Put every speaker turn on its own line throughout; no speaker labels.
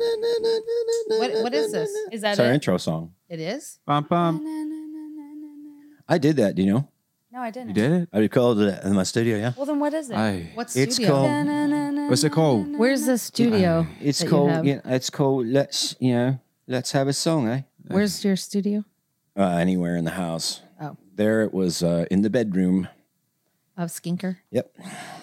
What what is this? Is that
It's our
it?
intro song.
It is?
Bum, bum. I did that, do you know?
No, I didn't.
it? I recorded it in my studio, yeah.
Well, then what is it?
Aye.
What
It's
studio?
called-
What's
it called?
Where's the studio?
It's
that you
called,
have?
yeah, it's called, let's, you know, let's have a song, eh?
Where's your studio?
Uh, anywhere in the house.
Oh.
There it was uh, in the bedroom.
Of Skinker.
Yep.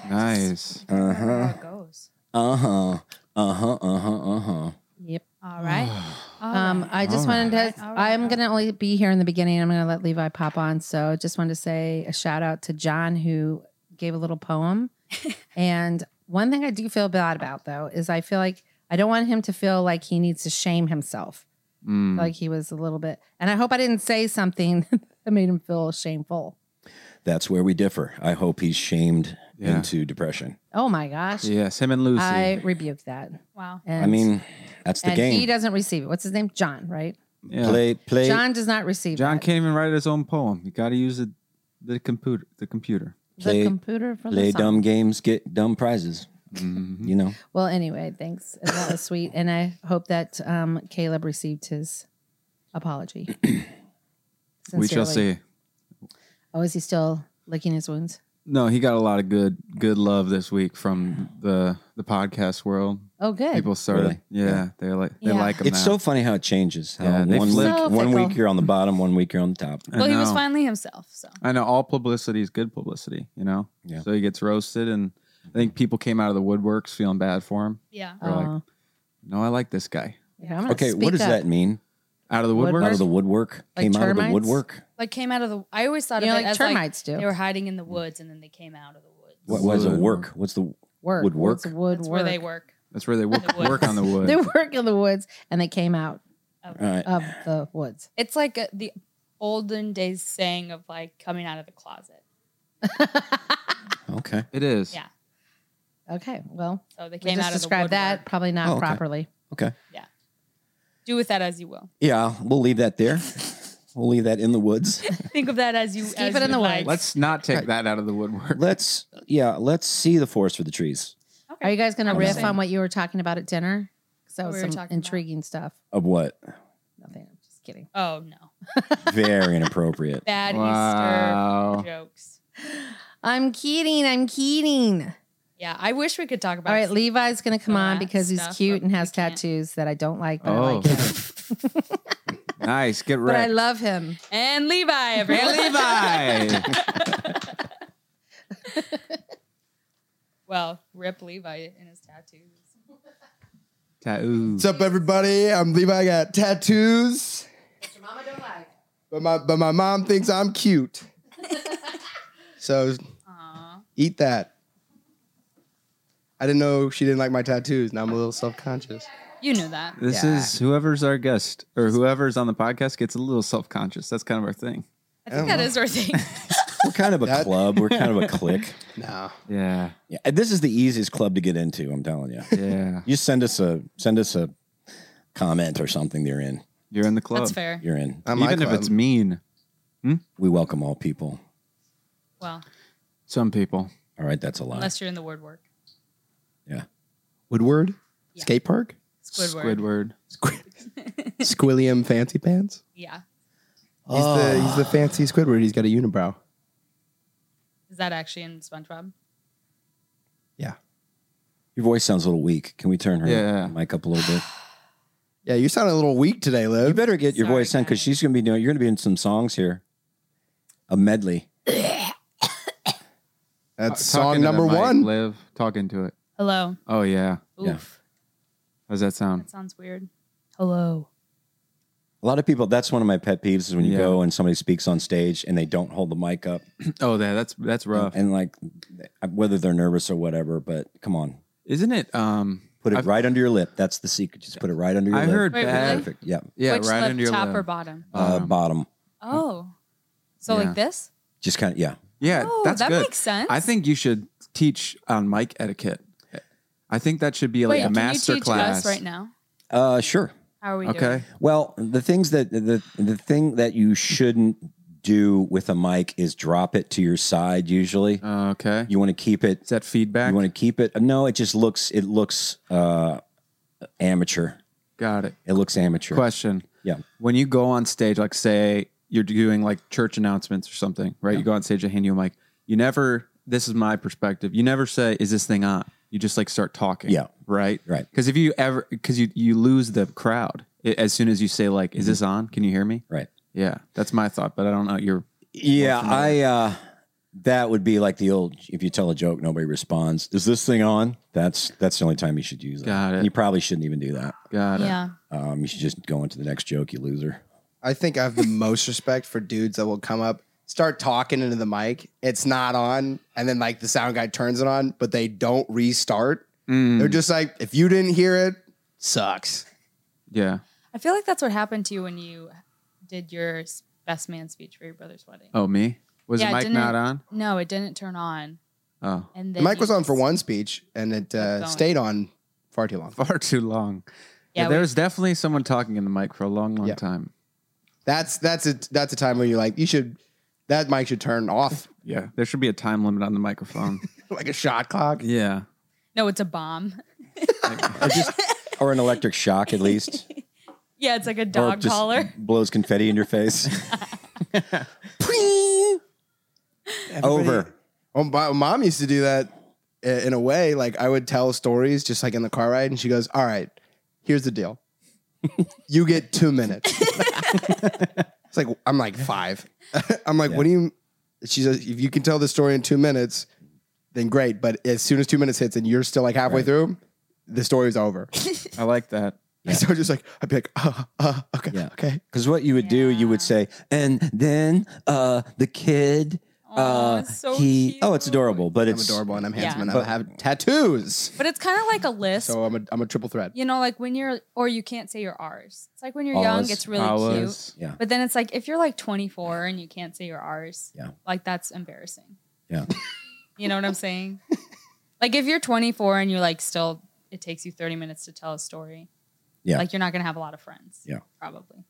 Nice.
Uh huh.
How it goes.
Uh huh. Uh huh. Uh huh. Uh huh.
Yep.
All right.
Um, I just
All
wanted
Oh, right.
to.
All right.
I'm gonna only be here in the beginning. I'm gonna let Levi pop on. So just wanted to say a shout out to John who gave a little poem. and one thing I do feel bad about though is I feel like I don't want him to feel like he needs to shame himself.
Mm.
Like he was a little bit. And I hope I didn't say something that made him feel shameful.
That's where we differ. I hope he's shamed
Yeah.
into depression.
Oh my gosh.
yes, him and Lucy.
I rebuke that.
wow.
And,
I mean, that's the
and
game.
he doesn't receive it. What's his name? John, right?
yeah.
Play, play.
John does not receive
John
that.
can't even write his own poem. You got to use the, the computer. The computer.
the
play-
computer for
Play
the song.
dumb games, get dumb prizes.
Mm-hmm.
You know,
Well, anyway, thanks. And That was sweet. And I hope that um, Caleb received his apology.
We shall
Sincerely.
see.
Oh, is he still licking his wounds?
No, he got a lot of good good love this week from the the podcast world.
Oh, good.
People started,
Really?
yeah,
Yeah.
they like they
Yeah.
like him
it's
now.
so funny how it changes. How
Yeah, they
one,
flip.
week,
So
one
fickle.
week you're on the bottom, one week you're on the top.
I
Well, he was
know.
finally himself. So
I know all publicity is good publicity, you know.
Yeah.
So he gets roasted, and I think people came out of the woodworks feeling bad for him.
yeah.
They're like,
Oh.
No, I like this guy.
Yeah, I'm gonna
Okay,
speak
what does
up.
that mean?
Out of the
Woodwork?
woodworks.
Out of the woodwork?
Like
Came out of
termites?
the woodwork?
Like came out of the. I always thought
You know,
of it
like
as
termites
like
do.
they were hiding in the woods and then they came out of the woods.
What was a
Wood.
work? What's the
Work.
would work?
Woods, Wood
That's
work.
where they work.
That's where they
The
work,
woods.
work on the wood.
They work in the woods, and they came out
Okay.
all right?
of the woods.
It's like a, the olden days saying of like coming out of the closet.
Okay.
it is.
Yeah.
Okay, well,
So they
we
came
just
out of the
described
woodwork.
that probably not
Oh, okay.
properly.
Okay.
Do with that as you will.
Yeah, we'll leave that there. we'll leave that in the woods.
Think of that as you.
Keep
as
it in
you
the
like.
woods.
Let's not take that out of the woodwork.
Let's yeah, let's see the forest for the trees.
Are you guys going to
I'm
riff
saying-
on what you were talking about at dinner? Because that
What
was
we were
some
talking about?
intriguing stuff.
Of what?
Nothing. I'm just kidding.
Oh no,
Very inappropriate.
bad
Wow.
Easter jokes.
I'm kidding. I'm kidding.
Yeah, I wish we could talk about.
All right, Levi's gonna come
the
on
rat
because he's
stuff,
cute
but
and
we
has
can't.
tattoos that I don't like, but I
Oh.
like him.
nice. Get
But I
ready.
love him.
and Levi, everyone.
Levi.
well, rip Levi in his tattoos.
Tattoos.
What's up, everybody? I'm Levi. I got tattoos, but my but my mom thinks I'm cute. so
Aw.
eat that. I didn't know she didn't like my tattoos. Now I'm a little self conscious.
You knew that.
This
Yeah.
is whoever's our guest or whoever's on the podcast gets a little self conscious. That's kind of our thing.
I think that is our thing.
We're kind of a
That-
club. We're kind of a clique.
No.
Yeah.
Yeah, this is the easiest club to get into. I'm telling you.
Yeah.
You send us a send us a comment or something. You're in.
You're in the club.
That's fair.
You're in.
I'm
Even if it's mean.
We welcome all people.
Well,
Some people.
All right, that's a lie.
unless you're in the word work.
Woodward
Yeah.
Skate Park,
Squidward.
Squidward.
Squilliam Fancy Pants.
Yeah.
He's
Oh.
the he's the fancy Squidward. He's got a unibrow.
Is that actually in SpongeBob?
Your voice sounds a little weak. Can we turn her
Yeah.
mic up a little bit?
Yeah, you sound a little weak today,
You
Liv.
better get your
Sorry,
voice on because
guys.
she's gonna be doing. You're gonna be in some songs here. A medley.
That's
Uh, talking
song
to
number
the mic,
one.
Liv, talking to it.
Hello.
Oh, yeah.
Oof.
Yeah.
How's that sound?
That sounds weird. Hello.
A lot of people. That's one of my pet peeves is when you
Yeah.
go and somebody speaks on stage and they don't hold the mic up,
Oh, that that's that's rough.
and like whether they're nervous or whatever. But come on,
Isn't it? Um,
put it
I've-
right under your lip. That's the secret. Just put it right under your
I
lip.
heard
Wait,
bad.
really?
Perfect. Yeah.
Yeah,
Which
right
lip,
under your
top
lip.
or bottom?
Uh,
Um,
bottom.
Oh. So
Yeah.
like this?
Just kind of yeah.
yeah,
oh,
that's
that
good.
makes sense.
I think you should teach on mic etiquette. I think that should be like
Wait,
a master
can you teach
class
us right now?
Uh, sure.
How are we
Okay.
doing?
Well, the things that the the thing that you shouldn't do with a mic is drop it to your side. Usually,
Uh, okay.
you want to keep
Is
it.
that feedback?
You want to keep it. No, it just looks. It looks uh, amateur.
Got it.
It looks amateur.
Question.
Yeah.
When you go on stage, like say you're doing like church announcements or something, right? You go on stage, I hand you a mic. You never. This is my perspective. You never say, "Is this thing on?" You just like start talking.
Yeah.
Right.
Right.
Because if you ever, because you you lose the crowd i- as soon as you say like, "Is this on? Can you hear me?"
Mm-hmm. Right.
Yeah. That's my thought, but I don't know. You're
Yeah, I. Uh, that would be like the old. If you tell a joke, nobody responds. Is this thing on? That's that's the only time you should use that.
Got it.
You probably shouldn't even do that.
got it.
Yeah.
Um, you should just go into the next joke, you loser.
I think I have the most respect for dudes that will come up, start talking into the mic. It's not on. And then like the sound guy turns it on, but they don't restart.
Mm,
They're just like, if you didn't hear it, sucks.
yeah.
I feel like that's what happened to you when you did your s- best man speech for your brother's wedding.
Oh, me? Was
Yeah,
the mic
didn't-
not on?
No, it didn't turn on.
Oh,
And
The
then
mic
you
was on for
just-
one speech and it uh,
going.
stayed on far too long.
far too long.
Yeah,
Yeah,
we-
there was definitely someone talking in the mic for a long, long
Yeah.
time.
That's that's a that's a time where you're like, you should that mic should turn off
Yeah, there should be a time limit on the microphone.
like a shot clock.
yeah,
No, it's a bomb.
Or just or an electric shock at least.
Yeah, it's like a
Or
dog
just
collar.
blows confetti in your face. Pring! Over.
Well, Oh, my mom used to do that i- in a way. Like I would tell stories just like in the car ride, and she goes, "All right, here's the deal. You get two minutes." it's like I'm like five. I'm like, what do you? She says, if you can tell the story in two minutes, then great. But as soon as two minutes hits and you're still like halfway through, the story's over.
I like that.
so just like I'd be like, uh, uh, okay,
Yeah.
okay.
Because what you would do, you would say, and then uh, the kid.
Aw,
Uh,
it's so
he.
cute.
Oh, it's adorable, but
I'm
it's
adorable and I'm handsome
Yeah.
and I have tattoos.
But it's kind of like a list.
So I'm a I'm a triple threat.
you know, like when you're, or you can't say your R's. It's like when you're
R's,
young, it's really
I
cute.
was.
Yeah,
But then it's like if you're like 24 and you can't say your R's,
Yeah.
like that's embarrassing.
yeah.
You know what I'm saying? like if you're 24 and you're like still, it takes you 30 minutes to tell a story.
Yeah.
Like you're not gonna have a lot of friends.
Yeah.
Probably.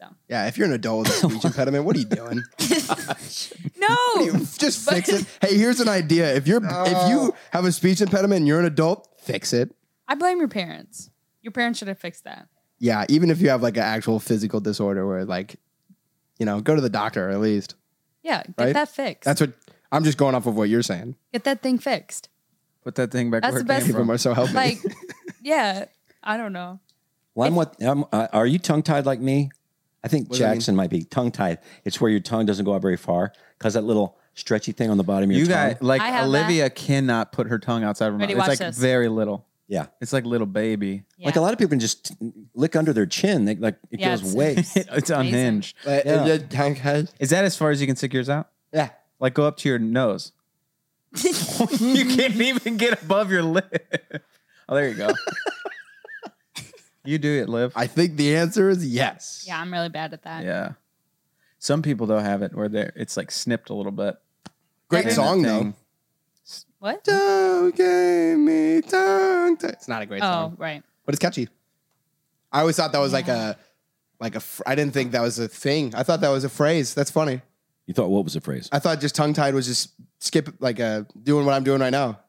So
Yeah, if you're an adult with a speech impediment, what are you doing?
no.
Just fix it. Hey, here's an idea. If you're if you have a speech impediment and you're an adult, fix it.
I blame your parents. Your parents should have fixed that.
Yeah, even if you have like an actual physical disorder where like you know, go to the doctor at least.
Yeah. Get
Right?
that fixed.
That's what I'm just going off of what you're saying.
get that thing fixed.
Put that thing back
That's
where
the
it
best-
came
People
from.
are so helpful.
Like, yeah. I don't know.
Well, I'm what? I'm, uh, are you tongue tied like me? I think
What does that mean?
Jackson might be tongue tied. It's where your tongue doesn't go out very far because that little stretchy thing on the bottom of your
You
tongue.
got like
I have
Olivia cannot put her tongue outside of her mouth.
Ready,
It's
watch
like
this.
very little.
yeah.
It's like little baby.
Yeah.
Like a lot of people can just lick under their chin. They, like it
Yeah,
goes
it's-
way.
it's unhinged.
But-
Yeah.
uh, tongue head.
Is that as far as you can stick yours out?
Yeah.
Like go up to your nose. you can't even get above your lip. Oh, there you go. you do it, Liv.
I think the answer is yes.
Yeah, I'm really bad at that.
Yeah. Some people though have it where they it's like snipped a little bit.
Great
And
song
the
though.
thing-
What? Oh,
Don't give me tongue. ti- It's not a great song.
Oh, right.
but it's catchy. I always thought that was like a like a. Fr- I didn't think that was a thing. I thought that was a phrase. That's funny.
You thought what was the phrase?
I thought just tongue tied was just skip like uh doing what I'm doing right now,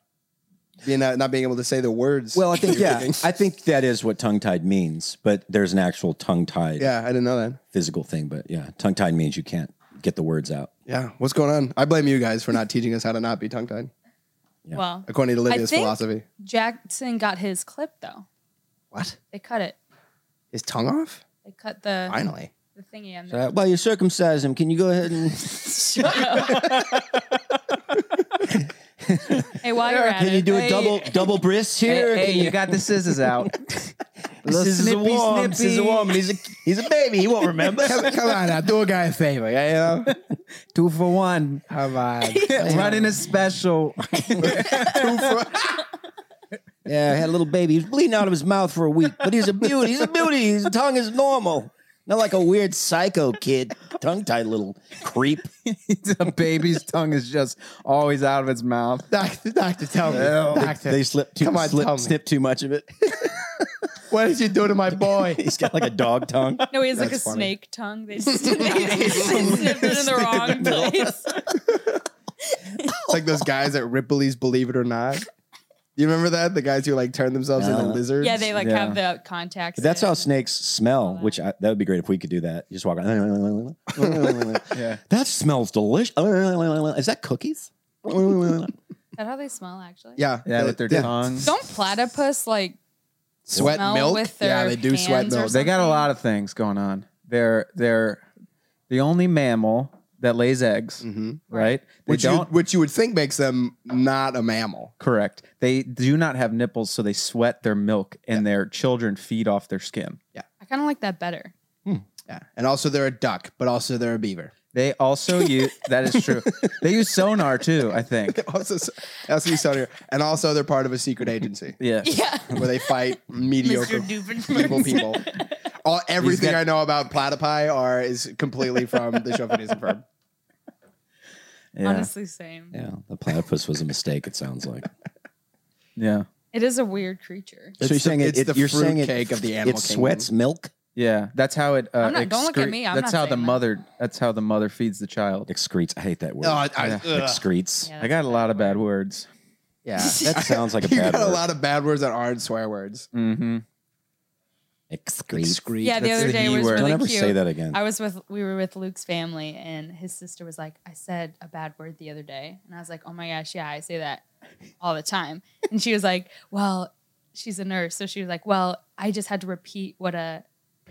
being not, not being able to say the words.
Well, I think yeah,
Thinking.
I think that is what tongue tied means. But there's an actual tongue tied
yeah, I didn't know that.
physical thing. But yeah, tongue tied means you can't get the words out.
Yeah, what's going on? I blame you guys for not teaching us how to not be tongue tied,
Yeah.
Well,
according to Olivia's
think-
philosophy.
Jackson got his clip though.
What
They cut it.
is tongue off?
They cut the
Finally,
the thingy on the
Uh, well, you circumcised him. Can you go ahead and
Shut up. hey, while you're at
can you
it,
do a
Hey.
double double bris here?
Hey,
Can
hey, you got the scissors out. Little
This is a
snippy,
worm. This is a
snippy.
worm. He's a he's a baby. He won't remember. come, come on now, do a guy a favor. Yeah, you know?
Two for one.
Come on.
Running a special.
Yeah, I had a little baby. He was bleeding out of his mouth for a week, but he's a beauty. He's a beauty. His tongue is normal. Not like a weird psycho kid, tongue tied little creep.
the baby's tongue is just always out of its mouth.
Doctor, doctor, tell me. doctor,
They slip too,
Come on,
slip,
tell me.
snip too much of it.
what did you do to my boy?
He's got like a dog tongue.
No, he has like a
That's funny.
snake tongue. They just, they just snipped it in the wrong place.
It's like those guys at Ripley's Believe It or Not. You remember that? The guys who like turn themselves into lizards?
Yeah, they like
Yeah.
have the contacts.
But that's
in.
how snakes smell, which I, that would be great if we could do that. You just walk around.
Yeah.
That smells delicious. Is that cookies?
Is that how they smell actually?
Yeah.
Yeah, with their
yeah.
tongues.
Don't platypus like
Sweat
smell
milk?
with their
yeah, they do sweat
hands or
milk.
They got a
something.
lot of things going on. They're they're the only mammal that lays eggs,
Mhm.
right? They
Which you,
don't
which you would think makes them not a mammal.
correct. They do not have nipples, so they sweat their milk, and their children feed off their skin.
I kind of like that better.
Yeah. And also they're a duck, but also they're a beaver.
They also use that is true. They use sonar too, I think.
Also, that's what you said here. And also they're part of a secret agency
Yeah.
Yeah.
where they fight mediocre
Mr. Doofenshmirtz.
evil people. All everything
got-
I know about platypi are is completely from the chauvinism firm.
Yeah.
Honestly, same.
Yeah, the platypus was a mistake, it sounds like.
Yeah.
It is a weird creature.
so you're
the-
saying it,
it's
it-
the
you're saying it,
fruitcake of the animal
It sweats milk,
Yeah. That's how it uh,
I'm not- don't look at me. I'm
that's
not
how the
saying that.
mother that's how the mother feeds the child.
excretes. I hate that word.
Oh, I- I-
Yeah.
ugh.
excretes.
Yeah,
I got a lot of bad words.
Yeah.
That sounds like a
you
bad
got
word.
a lot of bad words that aren't swear words.
Mm-hmm.
Excretes.
Yeah, the
That's
other
the
day
he
was
word.
really
Don't ever
cute.
say that again.
I was with we were with Luke's family and his sister was like, I said a bad word the other day. And I was like, Oh my gosh, yeah, I say that all the time. And she was like, Well, she's a nurse. So she was like, Well, I just had to repeat what a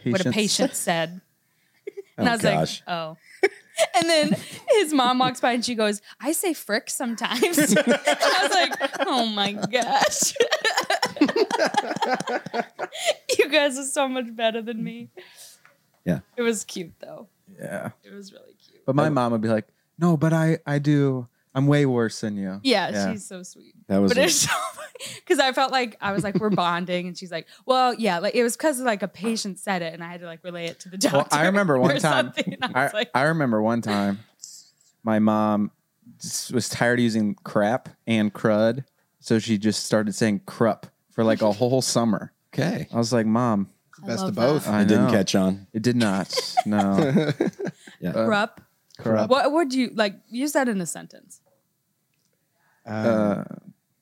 what a patient said. And I
Oh,
was
gosh.
like, Oh. And then his mom walks by and she goes, I say frick sometimes. And I was like, Oh my gosh. you guys are so much better than me.
Yeah.
It was cute though.
Yeah.
It was really cute.
But my mom would be like, "No, but I I do. I'm way worse than you."
Yeah,
Yeah.
she's so sweet.
That was
But
a-
it's so funny because I felt like I was like we're bonding, and she's like, "Well, yeah, like it was because like a patient said it, and I had to like relay it to the doctor."
Well, I remember one
or
time.
something, and I
I,
was like,
I remember one time, my mom just was tired of using crap and crud, so she just started saying crup for like a whole summer.
okay.
I was like, "Mom,
Best
love
of both.
I
It didn't
know.
catch on.
It did not. No, uh,
"Rup."
crup.
What would you like? Use that in a sentence.
Uh,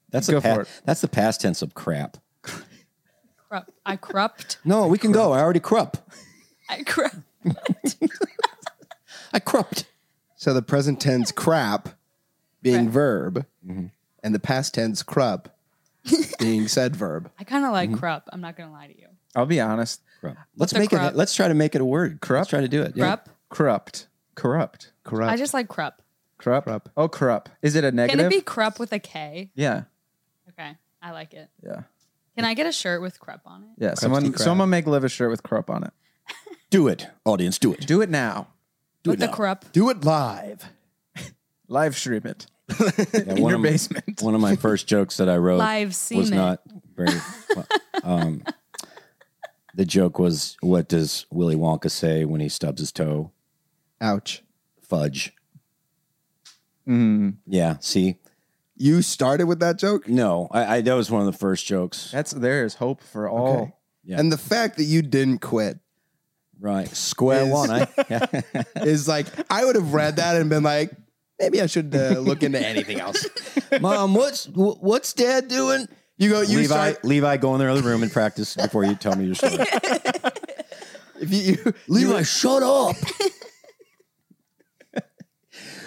That's
Go
the pa-
for it.
that's the past tense of crap.
Crup. I crupt.
No, we can go. I already crup.
I crupt.
I crupped.
So the present tense crap being verb and the past tense crap being said verb.
I kind of like
Mm-hmm.
crup. I'm not gonna lie to you.
I'll be honest.
Crup. Let's
the
make
crup?
it. Let's try to make it a word. Crup. Let's try to do it. Yeah.
Crup.
Corrupt. Corrupt.
Corrupt.
I just like crup.
Corrupt.
Crup.
Oh, corrupt. Is it a
Can
negative?
it be crup with a K?
yeah.
Okay, I like it.
Yeah.
Can I get a shirt with crup on it?
Yeah. someone,
crap.
someone make live a shirt with corrupt on it.
Do it, audience. Do it.
Do it now.
with the crup.
do it live.
Live stream it
Yeah,
in
one
your
of my-
basement.
One of my first jokes that I wrote
Live
was
semen.
not very. well, um, the joke was, "What does Willy Wonka say when he stubs his toe?"
Ouch.
Fudge.
Mm-hmm.
Yeah. See,
You started with that joke?
no, I, I that was one of the first jokes.
That's there is hope for all.
Okay.
Yeah.
And the fact that you didn't quit
Right, square
Is-
one. I, yeah.
is like, I would have read that and been like, maybe I should uh, look into anything else.
Mom, what's wh- what's Dad doing?
You go, you
Levi,
start,
Levi, go in the other room and practice before you tell me your story.
if you, you,
Levi, shut up.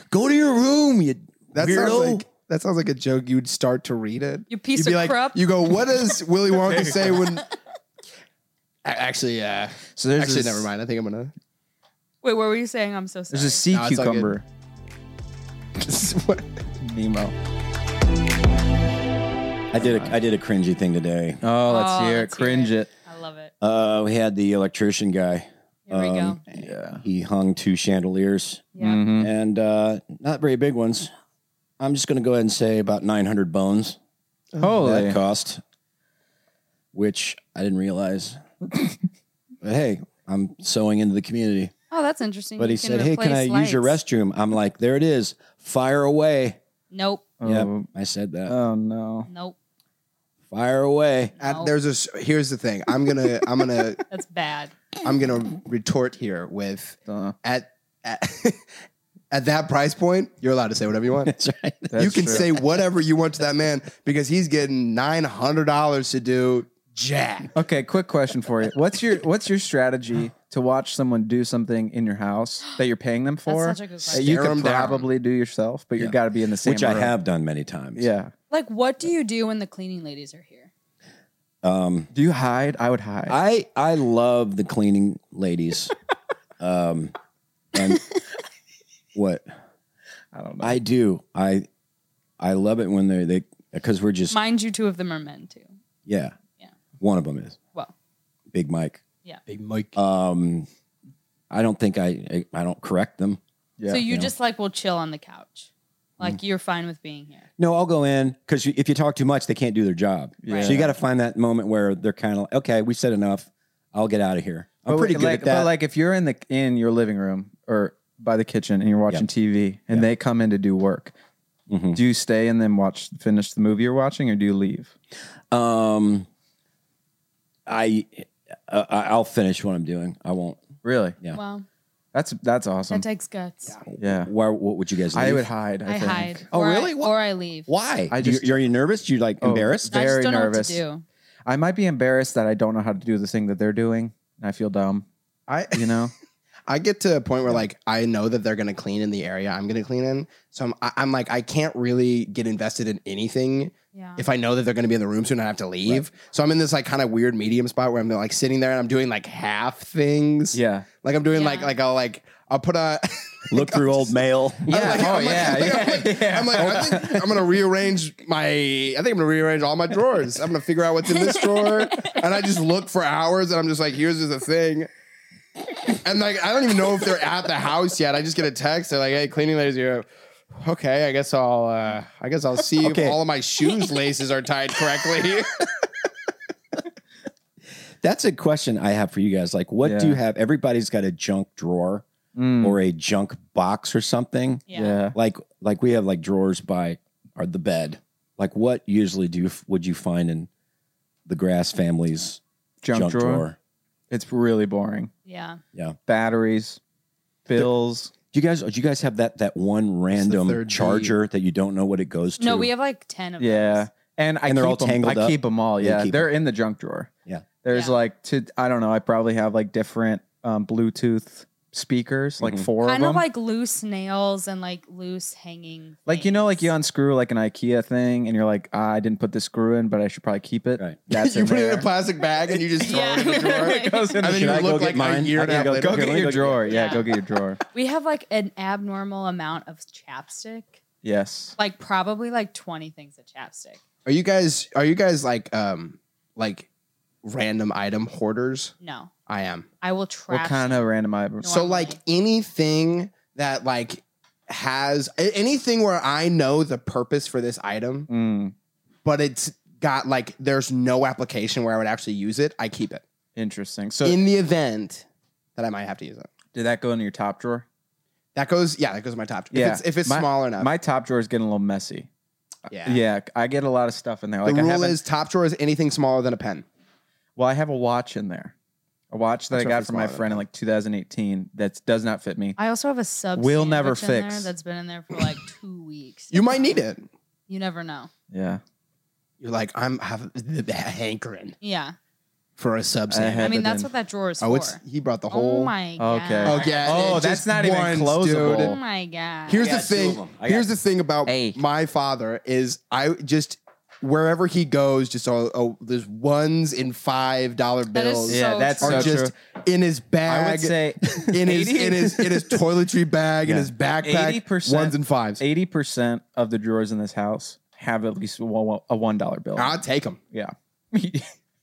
go to your room. You
that sounds
weirdo.
like, that sounds like a joke. You'd start to read it.
You piece
You'd be
of
like,
crap.
You go, what does Willy Wonka say when? A- Actually, yeah.
So there's
Actually,
this-
never mind. I think I'm gonna.
Wait, what were you saying? I'm so sorry.
There's a sea
No, it's all good.
cucumber. Nemo.
I did. A, I did a cringy thing today.
Oh, let's
Oh,
hear it.
let's hear
Cringe it.
I love it.
Uh, we had the electrician guy.
Here we go.
Um,
Yeah.
He hung two chandeliers
Yeah.
Mhm.
and uh, not very big ones. I'm just going to go ahead and say about 900 bones
Oh,
Holy.
that cost, which I didn't realize. but hey, I'm sewing into the community.
Oh, that's interesting.
But
You
he said, "Hey, can
replace
I use your
lights."
restroom?" I'm like, "There it is. Fire away."
Nope.
Mm-hmm.
Yeah, I said that.
Oh no.
Nope.
Fire away.
At,
No.
there's a s- here's the thing. I'm gonna I'm gonna
That's bad.
I'm gonna retort here with
Uh,
at at, at that price point, you're allowed to say whatever you want.
That's right.
that's
you can
true.
say whatever you want to that man because he's getting nine hundred dollars to do jack.
Okay, quick question for you. What's your what's your strategy to watch someone do something in your house that you're paying them for?
That's such a good
that
question.
you
Stare 'em
could
down.
probably do yourself, but you you got to be in the same
Which I
room.
have done many times.
Yeah.
Like, what do you do when the cleaning ladies are here?
Um,
Do you hide? I would hide.
I I love the cleaning ladies. um, and what
I don't know.
I do, I I love it when they they because we're just
Mind you, two of them are men too.
yeah
Yeah.
One of them is
Well,
Big Mike.
Big Mike.
Um, I don't think I I, I don't correct them.
yeah. Mm.
so you
yeah.
just like will chill on the couch, like you're fine with being here.
No, I'll go in because if you talk too much, they can't do their job.
Yeah.
So you got to find that moment where they're kind of okay. We said enough. I'll get out of here. I'm
But
pretty
like-
good
like,
at that.
But like if you're in the in your living room or by the kitchen and you're watching
Yeah.
TV and they come in to do work,
Mhm.
do you stay and then watch finish the movie you're watching or do you leave?
Um, I uh, I'll finish what I'm doing. I won't.
Really?
Yeah.
Well,
That's that's awesome.
that takes guts.
Um, yeah.
Why? What would you guys? Leave?
I would hide. I,
I
think.
hide.
Oh,
Or I-
really? What-
or I leave.
Why?
I
Do you-
just-
you're, you nervous? You like
Oh,
embarrassed?
I just
Very
don't
nervous.
know what to do.
I might be embarrassed that I don't know how to do the thing that they're doing and I feel dumb,
I
you know?
I get to a point where like I know that they're gonna clean in the area I'm gonna clean in, so I'm I, I'm like I can't really get invested in anything
Yeah.
if I know that they're going to be in the room soon, I have to leave. So I'm in this like kind of weird medium spot where I'm like sitting there and I'm doing like half things.
yeah.
Like I'm doing like
Yeah.
like I'll like I'll put a
Look through old mail.
Yeah.
like,
oh
I'm like-
yeah.
I'm like-
yeah. yeah.
I'm like I think I'm gonna rearrange my I think I'm gonna rearrange all my drawers. I'm gonna figure out what's in this drawer, and I just look for hours, and I'm just like, here's the thing. And like I don't even know if they're at the house yet. I just get a text. They're like, "Hey, cleaning ladies here." Okay, I guess I'll uh, I guess I'll see
Okay.
if all of my shoes laces are tied correctly.
That's a question I have for you guys. Like, what do
Yeah.
you have? Everybody's got a junk drawer
Mm,
or a junk box or something.
yeah.
yeah.
Like, like we have like drawers by or the bed. Like, what usually do you, would you find in the Grass family's
Junk, drawer.
drawer?
It's really boring.
Yeah.
Batteries, bills.
Do you guys? Do you guys have that that one random
third D.
charger that you don't know what it goes to?
No, we have like 10 of
Yeah,
those.
and I
And they're
keep
all
them.
tangled
I
up?
keep them all.
You
Yeah,
keep
they're in the junk drawer.
Yeah.
there's
Yeah.
like to I don't know. I probably have like different um, Bluetooth speakers, like
Mhm.
four
Kind
of
of
them.
like loose nails and like loose hanging.
Like, you know, like you
things.
unscrew like an IKEA thing, and you're like, ah, I didn't put this screw in, but I should probably keep it.
Right.
That's
you
in
put it
there.
in a plastic bag and you just throw it in the
Yeah.
drawer.
It goes in
And
the
then
drawer.
you
I go
look
get
like a
mine?
year
I
and
can
a half
go-
later.
Go
Okay, let
get
me
your
look-
drawer. Yeah,
Yeah.
go get your drawer.
We have like an abnormal amount of chapstick.
Yes.
Like probably like 20 things of chapstick.
Are you guys are you guys like um like random item hoarders?
No.
I am.
I will trash.
What kind
it.
of random item?
So like
Normally.
anything that like has a- anything where I know the purpose for this item,
Mm,
but it's got like there's no application where I would actually use it, I keep it.
interesting. So
In the event that I might have to use it.
did that go in your top drawer?
That goes yeah, that goes in my top.
Yeah.
If it's if it's
My-
small enough.
My top drawer is getting a little messy.
yeah.
Yeah, I get a lot of stuff in there. Like
the
I
rule
haven't.
is top drawer is anything smaller than a pen.
Well, I have a watch in there. A watch that
That's
I got
roughly
from my
smaller than
friend in
that.
like 2018 that does not fit me.
I also have a sub.
Will never
sandwich in there
fix.
that's been in there for like two weeks.
You might need it.
You never know.
Yeah.
You're like, I'm have hankering
Yeah.
for
Uh-huh.
a sub
I
sandwich.
had
I mean,
it
that's
in.
what that drawer is
Oh,
for.
it's he brought the whole.
oh my god.
Okay.
Oh, yeah.
Oh,
it
that's
just
not even
once,
closable.
dude.
Oh my god.
Here's
I
the
got two of
thing.
them. I
Here's
got-
the thing about
Hey.
my father is I just wherever he goes, just all oh, there's ones and five dollar
That is
bills
so
Yeah, that's
true.
are
so
just in his bag.
I would say
in his in his in his toiletry bag in
Yeah.
his backpack.
80%.
ones and fives.
80% of the drawers in this house have at least a one- a $1 bill.
I'll take them.
yeah.
if,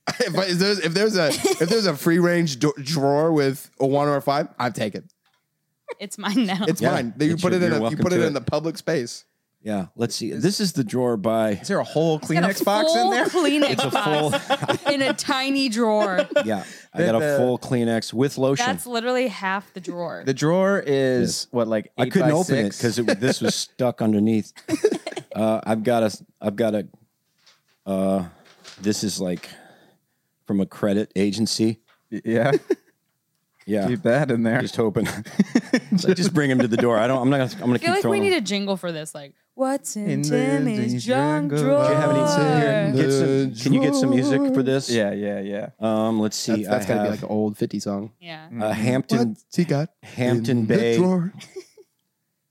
I, if there's if there's a if there's a free range do- drawer with a one or a five, I'd take it.
It's mine now.
It's
Yeah,
mine. You
it's
put
your-
it in
you're
a, you
welcome
put it
to
in
it.
the public space.
Yeah, let's see. This is the drawer by.
Is there a whole
Got
Kleenex
a
box in
full
there?
Kleenex
It's a full.
box in a tiny drawer.
Yeah, I got a
The-
full Kleenex with lotion.
That's literally half the drawer.
The drawer is what like eight
I couldn't
by
open it
six?
because it, this was stuck underneath. uh, I've got a, I've got a, uh, this is like from a credit agency.
yeah,
Yeah,
keep that in there.
just hoping. It's like, just bring him to the door. I don't. I'm not. Gonna, I'm gonna
I feel
keep
like we
throwing.
need
them.
a jingle for this. Like, what's in,
In the-
Timmy's
these
junk
jungle-
drawer?
Do you
Here,
have
get some- can you get some music for this?
yeah, yeah, yeah. Mm-hmm.
Um. Let's see.
That's, that's
I
gotta
have
be like hmm, an old fifty song.
yeah.
a Hampton
What's he got?
Hampton
in
Bay.
The drawer.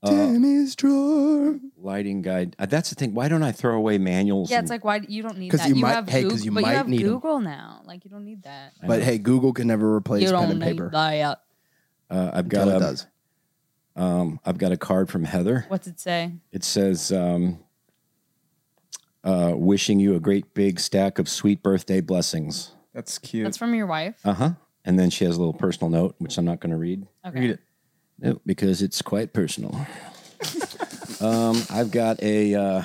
uh,
Timmy's drawer.
lighting guide. Uh, that's the thing. Why don't I throw away manuals?
Yeah,
and-
it's like why do- you don't need
'Cause
that.
you might-
have
hey,
Goog-
'cause you
but
might
you have
need 'em.
Google now. Like you don't need that.
I know.
But hey, Google can never replace
You
pen
don't
and
need
paper.
that.
uh, I've got
Until it
a,
does.
um, I've got a card from Heather.
What's it say?
It says, um, uh, wishing you a great big stack of sweet birthday blessings.
That's cute.
That's from your wife.
Uh
Uh-huh.
huh. And then she has a little personal note, which I'm not going to read
Okay.
Read it.
Nope, because it's quite personal. um, I've got a uh,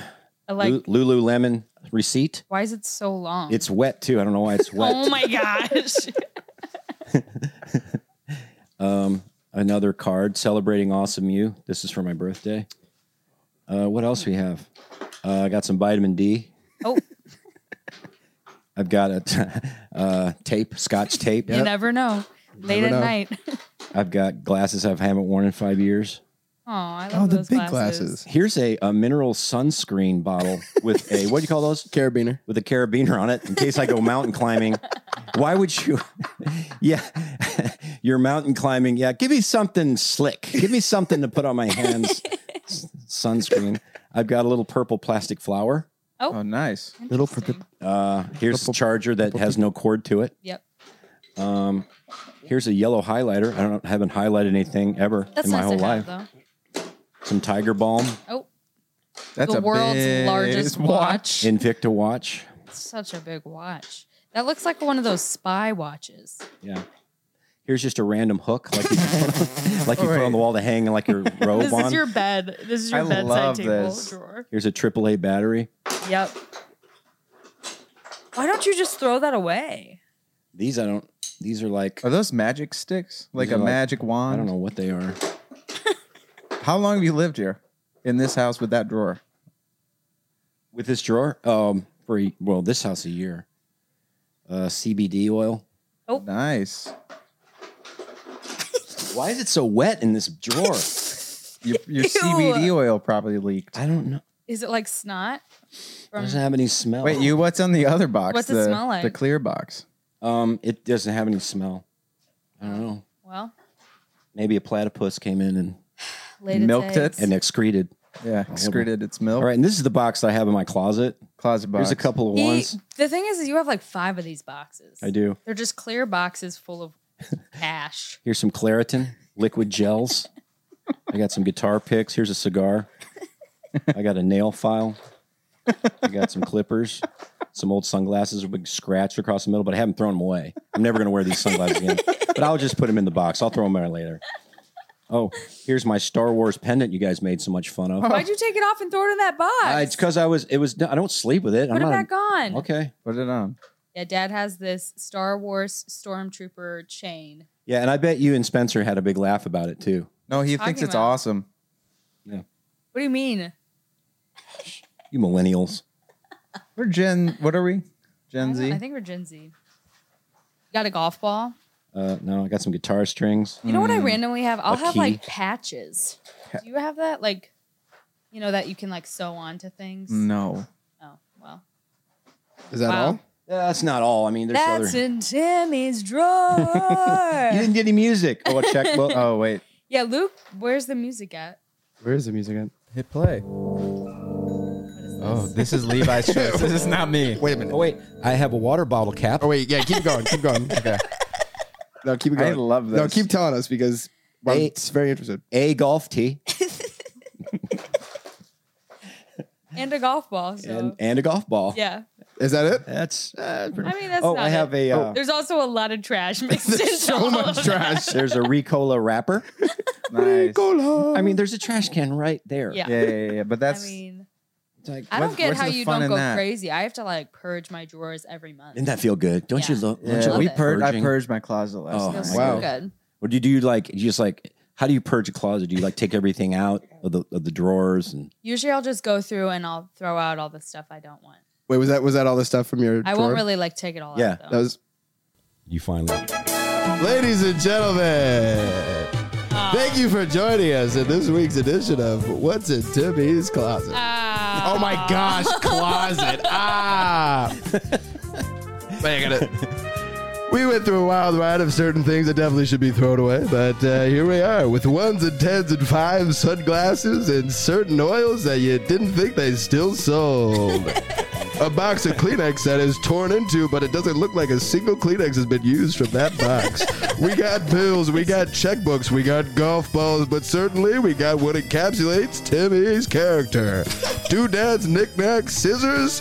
I like.
Lu- Lululemon receipt.
Why is it so long?
It's wet too. I don't know why it's wet.
Oh my gosh.
Um, another card celebrating awesome you. This is for my birthday. Uh, what else we have? Uh, I got some vitamin D.
oh,
I've got a t- uh, tape, Scotch tape.
you never know. Late
Never
at
know.
night.
I've got glasses I haven't worn in five years.
Oh, I love
Oh, the
those
big
glasses.
glasses.
Here's a, a mineral sunscreen bottle with a what do you call those?
Carabiner.
With a carabiner on it in case I go mountain climbing. Why would you? yeah, you're mountain climbing. Yeah, give me something slick. Give me something to put on my hands. S- sunscreen. I've got a little purple plastic flower.
Oh, nice.
Little for the-
Interesting.
Uh, here's a charger that has no cord to it.
Yep.
Um, here's a yellow highlighter. I don't haven't highlighted anything ever
That's
in my
nice
whole
to
life.
have, though.
Some Tiger Balm,
Oh,
That's
the
a
world's
big
largest watch.
Invicta watch.
Such a big watch. That looks like one of those spy watches.
Yeah. Here's just a random hook, like you, like you put on
Alright.
the wall to hang like your robe
This
on.
is your bed. This is your
I
bedside
love
table
this.
drawer.
Here's a AAA battery.
Yep. Why don't you just throw that away?
These I don't. These are like
Are those magic sticks? Like
These
a
are like-
magic wand?
I don't know what they are.
How long have you lived here in this house with that drawer?
With this drawer, um, for a- well, this house a year. Uh, CBD oil.
Oh.
Nice.
Why is it so wet in this drawer?
Your, your CBD oil probably leaked.
I don't know.
Is it like snot?
It
From,
doesn't have any smell.
Wait, you? What's on the other box?
What's it
the,
smell like?
The clear box.
Um, it doesn't have any smell. I don't know.
well,
Maybe a platypus came in and,
laid its
Milked it?
eggs.
and excreted.
Yeah, excreted its
Oh,
milk.
All right, and this is the box that I have in my closet.
Closet box.
There's a couple of
He-
ones.
the thing is, is, you have like five of these boxes.
I do.
They're just clear boxes full of cash.
Here's some Claritin, liquid gels. I got some guitar picks. Here's a cigar. I got a nail file. I got some clippers, some old sunglasses with a big scratch across the middle, but I haven't thrown them away. I'm never going to wear these sunglasses again. But I'll just put them in the box. I'll throw them away later. Oh, here's my Star Wars pendant you guys made so much fun of.
Why'd you take it off and throw it in that box?
Uh, it's because I was. It was. I don't sleep with it. I'm
Put it
not. a-
back on.
Okay.
Put it on.
Yeah, Dad has this Star Wars stormtrooper chain.
Yeah, and I bet you and Spencer had a big laugh about it too.
No, he
Talking
thinks it's
about-
awesome.
What do you mean?
You millennials.
We're Gen. What are we?
I
Gen
don't-
Z.
I think we're Gen Z. You got a golf ball?
Uh, no, I got some guitar strings.
You know what I randomly have? I'll
Mm. A
have
key.
like patches. Do you have that? Like, you know, that you can like sew onto things?
Mm.
no.
Oh, well.
Is that
Wow.
all?
Yeah, that's not all. I mean, there's
That's
other.
in Timmy's
You
drawer.
didn't get any music. Oh, a check. Well,
Oh wait.
yeah, Luke, where's the music at?
Where is the music at?
Hit play. Oh, this is Levi's choice. This is not me.
Wait a minute.
oh wait, I have a water bottle cap.
Oh wait, yeah, keep going, keep going. Okay. No, keep it
I
going.
love
No,
this.
keep telling us because I'm
Hey.
s- very interested.
A golf tee
And a golf ball. So.
and, and a golf ball.
yeah.
Is that it?
That's. Uh, pretty-
I mean, that's
oh,
not
I
it.
have a. Uh,
There's also a lot of trash mixed in.
There's so much trash.
there's a Ricola wrapper.
Oh, Nice.
I mean, there's a trash can right there.
Yeah.
Yeah, yeah, yeah, yeah. But
I
that's
mean,
It's like,
I don't
What's-
get
what's
how
the
you
fun
don't
in
go
that?
crazy. I have to like purge my drawers every month.
Didn't that feel good? Don't you
Yeah.
look?
yeah,
Don't you
we
love
purged. I
purging?
purged my closet last
Oh,
night.
Feels
my
so
Wow.
good.
Or do you do like you just like how do you purge a closet? Do you like take everything out of the of the drawers and
Usually, I'll just go through and I'll throw out all the stuff I don't want.
Wait, was that was that all the stuff from your?
I
drawer?
won't really like take it all
Yeah,
out. Though.
That was,
you finally
ladies and gentlemen. Thank you for joining us in this week's edition of What's in Timmy's Closet.
Ah.
Oh my gosh, closet. Ah. Wait, I gotta. We went through a wild ride of certain things that definitely should be thrown away, but uh, here we are with ones and tens and fives, sunglasses, and certain oils that you didn't think they still sold. a box of Kleenex that is torn into, but it doesn't look like a single Kleenex has been used from that box. we got bills, we got checkbooks, we got golf balls, but certainly we got what encapsulates Timmy's character. Doodads, knickknacks, scissors,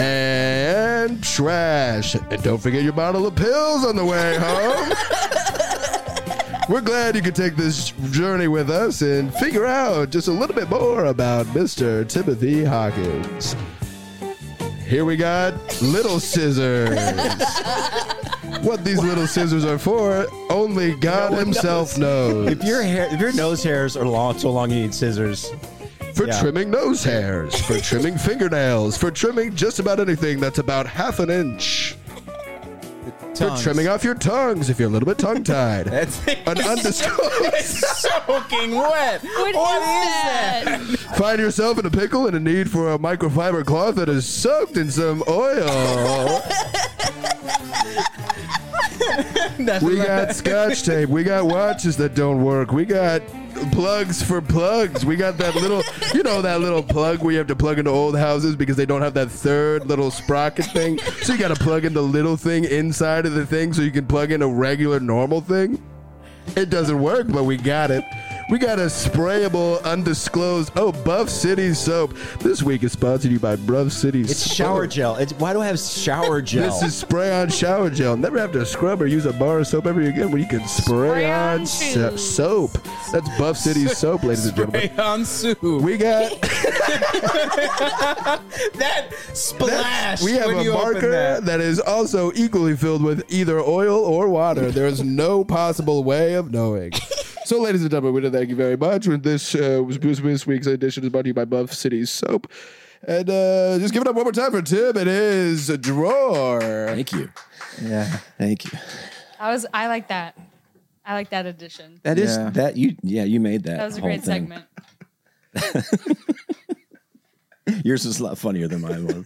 and trash. And don't forget your bottle of pills on the way home. We're glad you could take this journey with us and figure out just a little bit more about Mr. Timothy Hawkins. Here we got little scissors. what these little scissors are for, only God Himself knows.
If your hair, if your nose hairs are long, so long you need scissors.
for
Yeah.
trimming nose hairs, for trimming fingernails, for trimming just about anything that's about half an inch, for trimming off your tongues if you're a little bit tongue tied.
That's
An undisclosed.
soaking wet.
What is that?
Find yourself in a pickle and a need for a microfiber cloth that is soaked in some oil. we got scotch tape. We got watches that don't work. We got plugs for plugs. We got that little, you know, that little plug where you have to plug into old houses because they don't have that third little sprocket thing. So you got to plug in the little thing inside of the thing so you can plug in a regular normal thing. It doesn't work, but we got it. We got a sprayable, undisclosed, oh, Buff City soap. This week is sponsored to you by Buff City
It's shower
Soap.
gel. It's why do I have shower gel?
This is spray on shower gel. Never have to scrub or use a bar of soap ever again when you can spray,
Spray
on,
on
so-
shoes.
soap. That's Buff City soap, ladies and gentlemen.
on soup.
We got,
that splash.
we have
when
a
you open
marker
that.
that is also equally filled with either oil or water. There is no possible way of knowing. So, ladies and gentlemen, we do thank you very much. With This uh, was this week's edition is brought to you by Buff City Soap. And uh, just give it up one more time for Tim and his drawer.
Thank you.
Yeah,
Thank you.
I was. I like that. I like that addition.
That is
Yeah.
that you. Yeah, you made that.
That was a
whole
great
thing.
segment.
Yours is a lot funnier than mine was.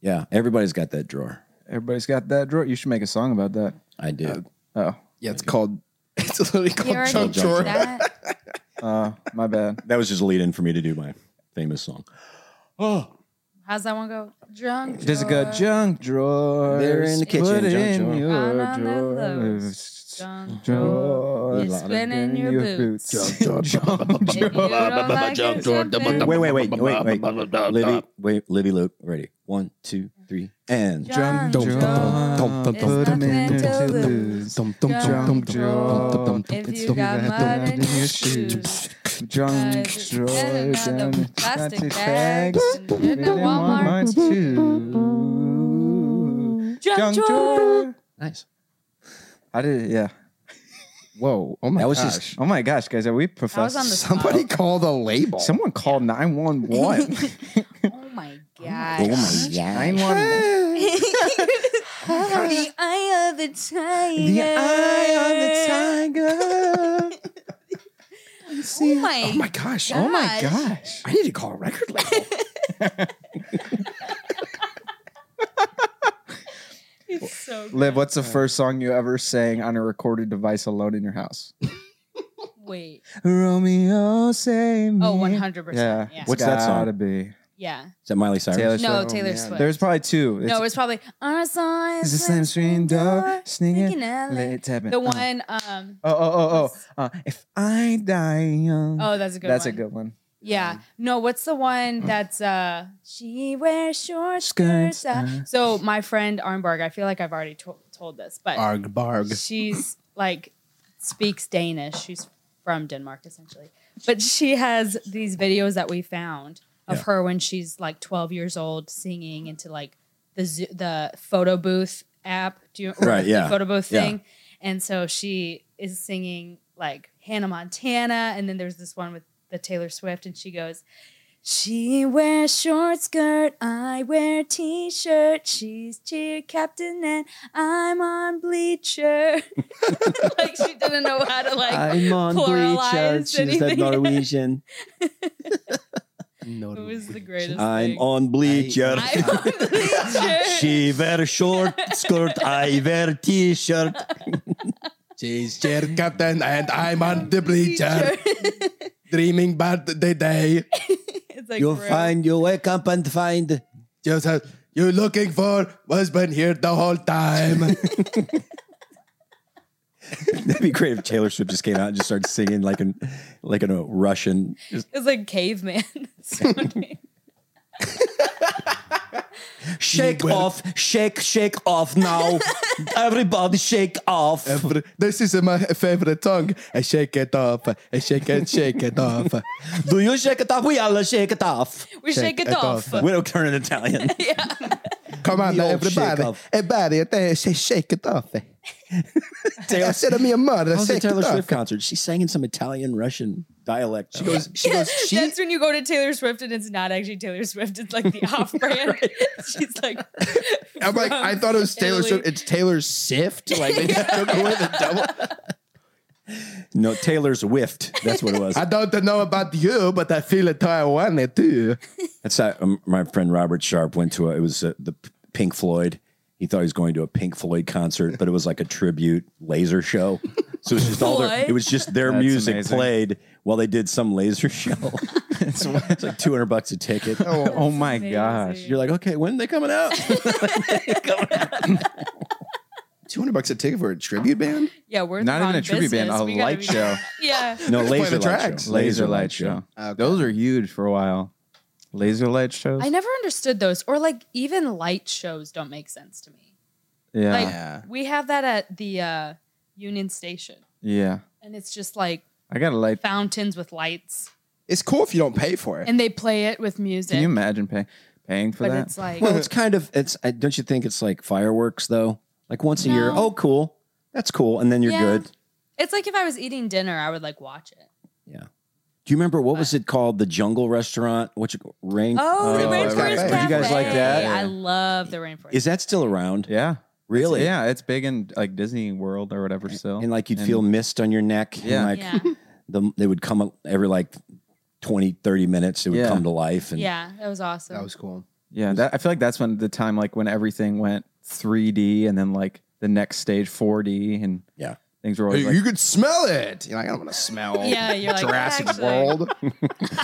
yeah, everybody's got that drawer.
everybody's got that drawer. You should make a song about that.
I do.
Oh,
Yeah, it's called. It's literally
You
called
already
Chunk
did
Drawer.
that.
uh, my bad.
that was just a lead in for me to do my famous song.
How's that one go? Drunk.
Does it go
drawer,
junk drawer?
They're in the kitchen,
Put it
junk
in
drawer.
your
Down on the
drawers.
Junk
Drawer.
You spin in your boots. If you
Junk
don't like it, something-
Wait, wait, wait, wait, wait. Livy, wait, Livy, Luke, ready. One, two, three, and.
Junk
drawer.
drawer.
Put 'em in
It's
your
nothing to
boots.
Junk
Junk drawer.
If
It's
you
the
got
way
mud
that
in
in your
your
shoes.
shoes.
Junk
Guys,
drawer.
get another
down in
plastic
plastic
bags.
bags.
And
Put
you
it in
know Walmart.
Walmart's too.
Junk
Junk
drawer.
drawer.
Nice.
I did. Yeah.
Whoa! Oh my
That was
gosh!
just-
Oh my gosh, guys, are we
was on the
professional?
spot.
Somebody call the label.
Someone called 911.
Oh my god.
Oh my god.
911.
the eye of the tiger.
The eye on the tiger.
Oh my,
Oh my gosh!
Oh my
Gosh.
gosh.
I need to call a record label.
It's so good.
Liv, what's the first song you ever sang on a recorded device alone in your house?
Wait.
Romeo, save me.
Oh, 100%. Yeah.
Yeah.
Yeah.
What's that song?
Gotta be. Oh,
Is that Miley Cyrus?
Taylor
No,
Swift.
Taylor Swift.
There's probably two.
no, it's probably I saw
It's a slim screen door, sneaking late tapping.
The
Uh,
one um
Oh, oh, oh, oh. Uh, if I die young.
oh that's a good
That's
one.
a good one.
Yeah. No, what's the one
Mm.
that's uh she wears short skirts.
uh-huh.
uh, So my friend Arnberg, I feel like I've already to- told this, but
Arg barg.
she's like speaks Danish. She's from Denmark essentially. But she has these videos that we found of her when she's like 12 years old singing into like the zoo, the photo booth app, do you or
Right,
the
yeah.
photo booth
Yeah.
thing. And so she is singing like Hannah Montana and then there's this one with the Taylor Swift and she goes she wears short skirt, I wear t-shirt. She's cheer captain and I'm on bleacher. like she didn't know how to like pluralize anything.
Norwegian.
it was the greatest
I'm
thing.
on bleacher.
I'm on bleacher.
she wear short skirt. I wear t-shirt.
She's chair captain and I'm on the bleacher. Dreaming about the day.
it's like
You
gross.
find you wake up and find.
Joseph, you're looking for husband here the whole time.
That'd be great if Taylor Swift just came out and just started singing like an like a Russian.
It's like caveman. sounding.
Shake off, shake, shake off now. Everybody shake off.
Every- this is my favorite song. I shake it off. I shake it, shake it off.
Do you shake it off? We all shake it off.
we shake, it,
it
off.
off.
We don't turn it Italian.
Come on,
The
now,
old shake
everybody.
off.
Everybody, out there, say shake it off. I
Taylor,
said to me a mother,
I was at
shake it
Taylor Swift
off.
concert. She sang in some Italian Russian dialect. She goes,
She goes, she,
That's when you go to Taylor Swift and it's not actually Taylor Swift. It's like the off brand. She's like,
I'm like, I thought it was Taylor
Italy.
Swift. It's Taylor Sift. Like they just took away the double.
no, Taylor's whiffed. That's what it was.
I don't know about you, but I feel it I want it too.
That's how um, my friend Robert Sharp went to a, it was uh the P- Pink Floyd. He thought he was going to a Pink Floyd concert, but it was like a tribute laser show. So it was just all their,
What?
it was just their
That's
music
amazing.
played while they did some laser show. it's, like 200 bucks a ticket.
Oh my
amazing.
gosh.
You're like, okay, when are they coming out?
Two hundred bucks a ticket for a tribute band.
yeah, we're
Not
the
even
wrong
a tribute band,
business.
a
We gotta
light
be-
show.
Yeah.
No,
Just play
laser
the
light,
tracks.
show.
Laser light show.
Okay.
Those are huge for a while. Laser light shows.
I never understood those, or like even light shows don't make sense to me.
yeah.
Like
Yeah.
we have that at the uh, Union Station,
yeah.
and it's just like
I got a light.
fountains with lights,
It's cool if you don't pay for it.
and they play it with music.
Can you imagine pay, paying for
but
that?
it's like
Well, it's kind of it's. I- Don't you think it's like fireworks though? Like once a year,
No.
oh cool, that's cool, and then you're
Yeah.
good.
it's like if I was eating dinner, I would like watch it.
Do you remember what was it called? The Jungle Restaurant? What you rain?
Oh, the
Oh,
Rainforest
Cafe.
Cafe.
Would
you guys like that?
I love the Rainforest.
Is that still around?
yeah.
Really?
Yeah. It's big in like Disney World or whatever still.
And like you'd feel mist on your neck. and,
Yeah.
like
yeah,
the, they would come up every like 20, 30 minutes. It would
Yeah.
come to life. And
yeah, that was awesome.
That was cool.
Yeah, that, I feel like that's when the time like when everything went 3D and then like the next stage 4D and
Yeah.
things were always
you
like,
could smell it. You're like, I don't want to smell.
yeah, you're like
Jurassic
actually,
World.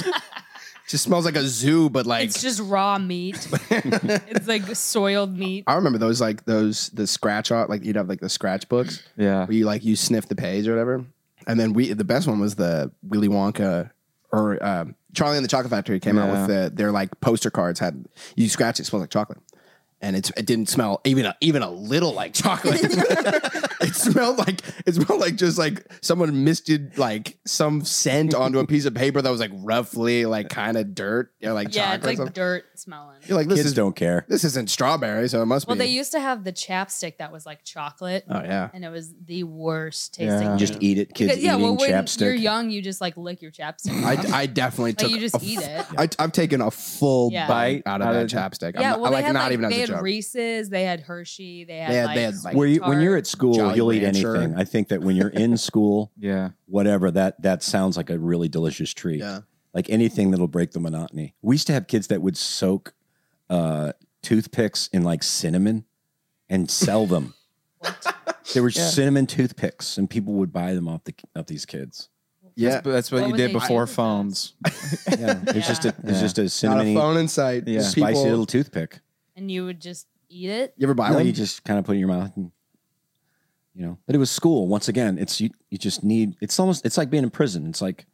just smells like a zoo, but like
It's just raw meat. it's like soiled meat.
I remember those like those the scratch art like you'd have like the scratch books
yeah,
where you like you sniff the page or whatever. And then we the best one was the Willy Wonka or um, Charlie and the Chocolate Factory came out with the, their like poster cards had you scratch it, it smells like chocolate. And it's, it didn't smell even a, even a little like chocolate. it smelled like it smelled like just like someone misted like some scent onto a piece of paper that was like roughly like kind of dirt or like chocolate.
yeah, it's
or
like
something.
dirt smelling.
You're like this
kids
is
don't care.
this isn't strawberry, so it must
Well,
be.
they used to have the chapstick that was like chocolate,
oh yeah,
and it was the worst tasting.
Yeah.
Just eat it. Kids
Because- yeah,
eating
well, when
chapstick.
you're young, you just like lick your chapstick.
I,
off.
I definitely
Like,
took.
you
a
just eat it.
I, I've taken a full
Yeah.
bite
Bite
out of
out
that
of-
chapstick. I'm
yeah,
not,
well, they
like
had
not
like,
even as
they
a
had
joke.
Reese's, they had Hershey, they had
They had-
like,
they had, like,
Where you, when you're at school,
Jolly
you'll eat
Rancher.
anything. I think that when you're in school,
yeah,
whatever that that sounds like a really delicious treat.
Yeah.
Like anything that'll break the monotony. We used to have kids that would soak uh, toothpicks in like cinnamon and sell them. There were cinnamon toothpicks, and people would buy them off the off these kids.
Yeah,
but that's what,
What
you
would
did
they do
before
with that?
phones.
Yeah, it's just a it's
Yeah.
just a
not a
cinnamon
phone in sight.
Yeah.
Just
spicy
people-
little toothpick.
and you would just eat it.
You ever buy
No,
one?
you just kind of put it in your mouth, and, you know. But it was school once again. It's you you just need. It's almost it's like being in prison. It's like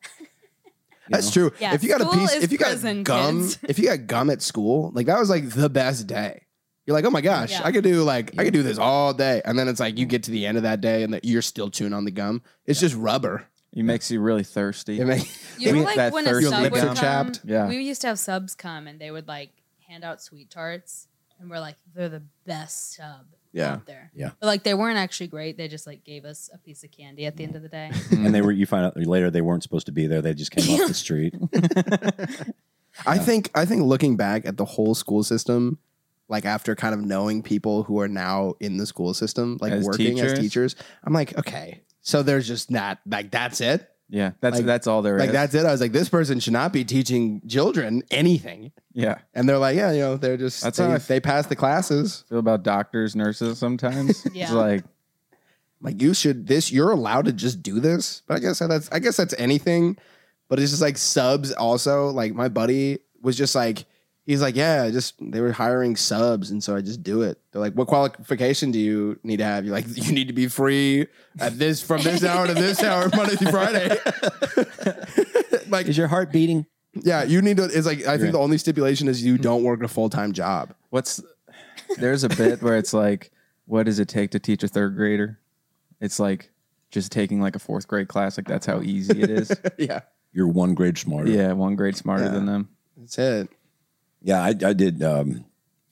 That's true.
Yeah,
if you got a
school
piece,
is
if you got
prison,
gum,
kids.
if you got gum at school, like that was like the best day. You're like, oh my gosh,
Yeah.
I could do like I could do this all day, and then it's like you get to the end of that day and that you're still chewing on the gum. It's just rubber.
It makes you really thirsty.
I mean,
You
Maybe
know, like
that
when a
thirsty
sub would
lips are
come,
chapped.
Yeah.
we used to have subs come and they would like hand out sweet tarts, and we're like, they're the best sub
Yeah.
out there.
Yeah.
but like they weren't actually great. They just like gave us a piece of candy at the end of the day.
and they were you find out later they weren't supposed to be there. They just came off the street.
I think I think looking back at the whole school system, like after kind of knowing people who are now in the school system, like
As
working as
teachers?
teachers, I'm like, okay, so there's just not like that's it.
yeah, that's
Like-
that's all there is.
Like that's it. I was like, this person should not be teaching children anything.
yeah.
And they're like, yeah, you know, they're just
That's how I
they,
f-
they pass the classes.
Feel about doctors, nurses sometimes.
Yeah.
It's like
Like you should this you're allowed to just do this. But I guess that's I guess that's anything. But it's just like subs also. Like my buddy was just like he's like, Yeah, just they were hiring subs and so I just do it. They're like, What qualification do you need to have? You're like, you need to be free at this from this hour to this hour, Monday through Friday. like
Is your heart beating?
yeah, you need to it's like I think
Right.
the only stipulation is you don't work a full time job.
what's there's a bit where it's like, what does it take to teach a third grader? It's like just taking like a fourth grade class. Like that's how easy it is.
yeah.
You're one grade smarter.
yeah, one grade smarter
Yeah.
than them.
That's it.
Yeah, I, I did. Um,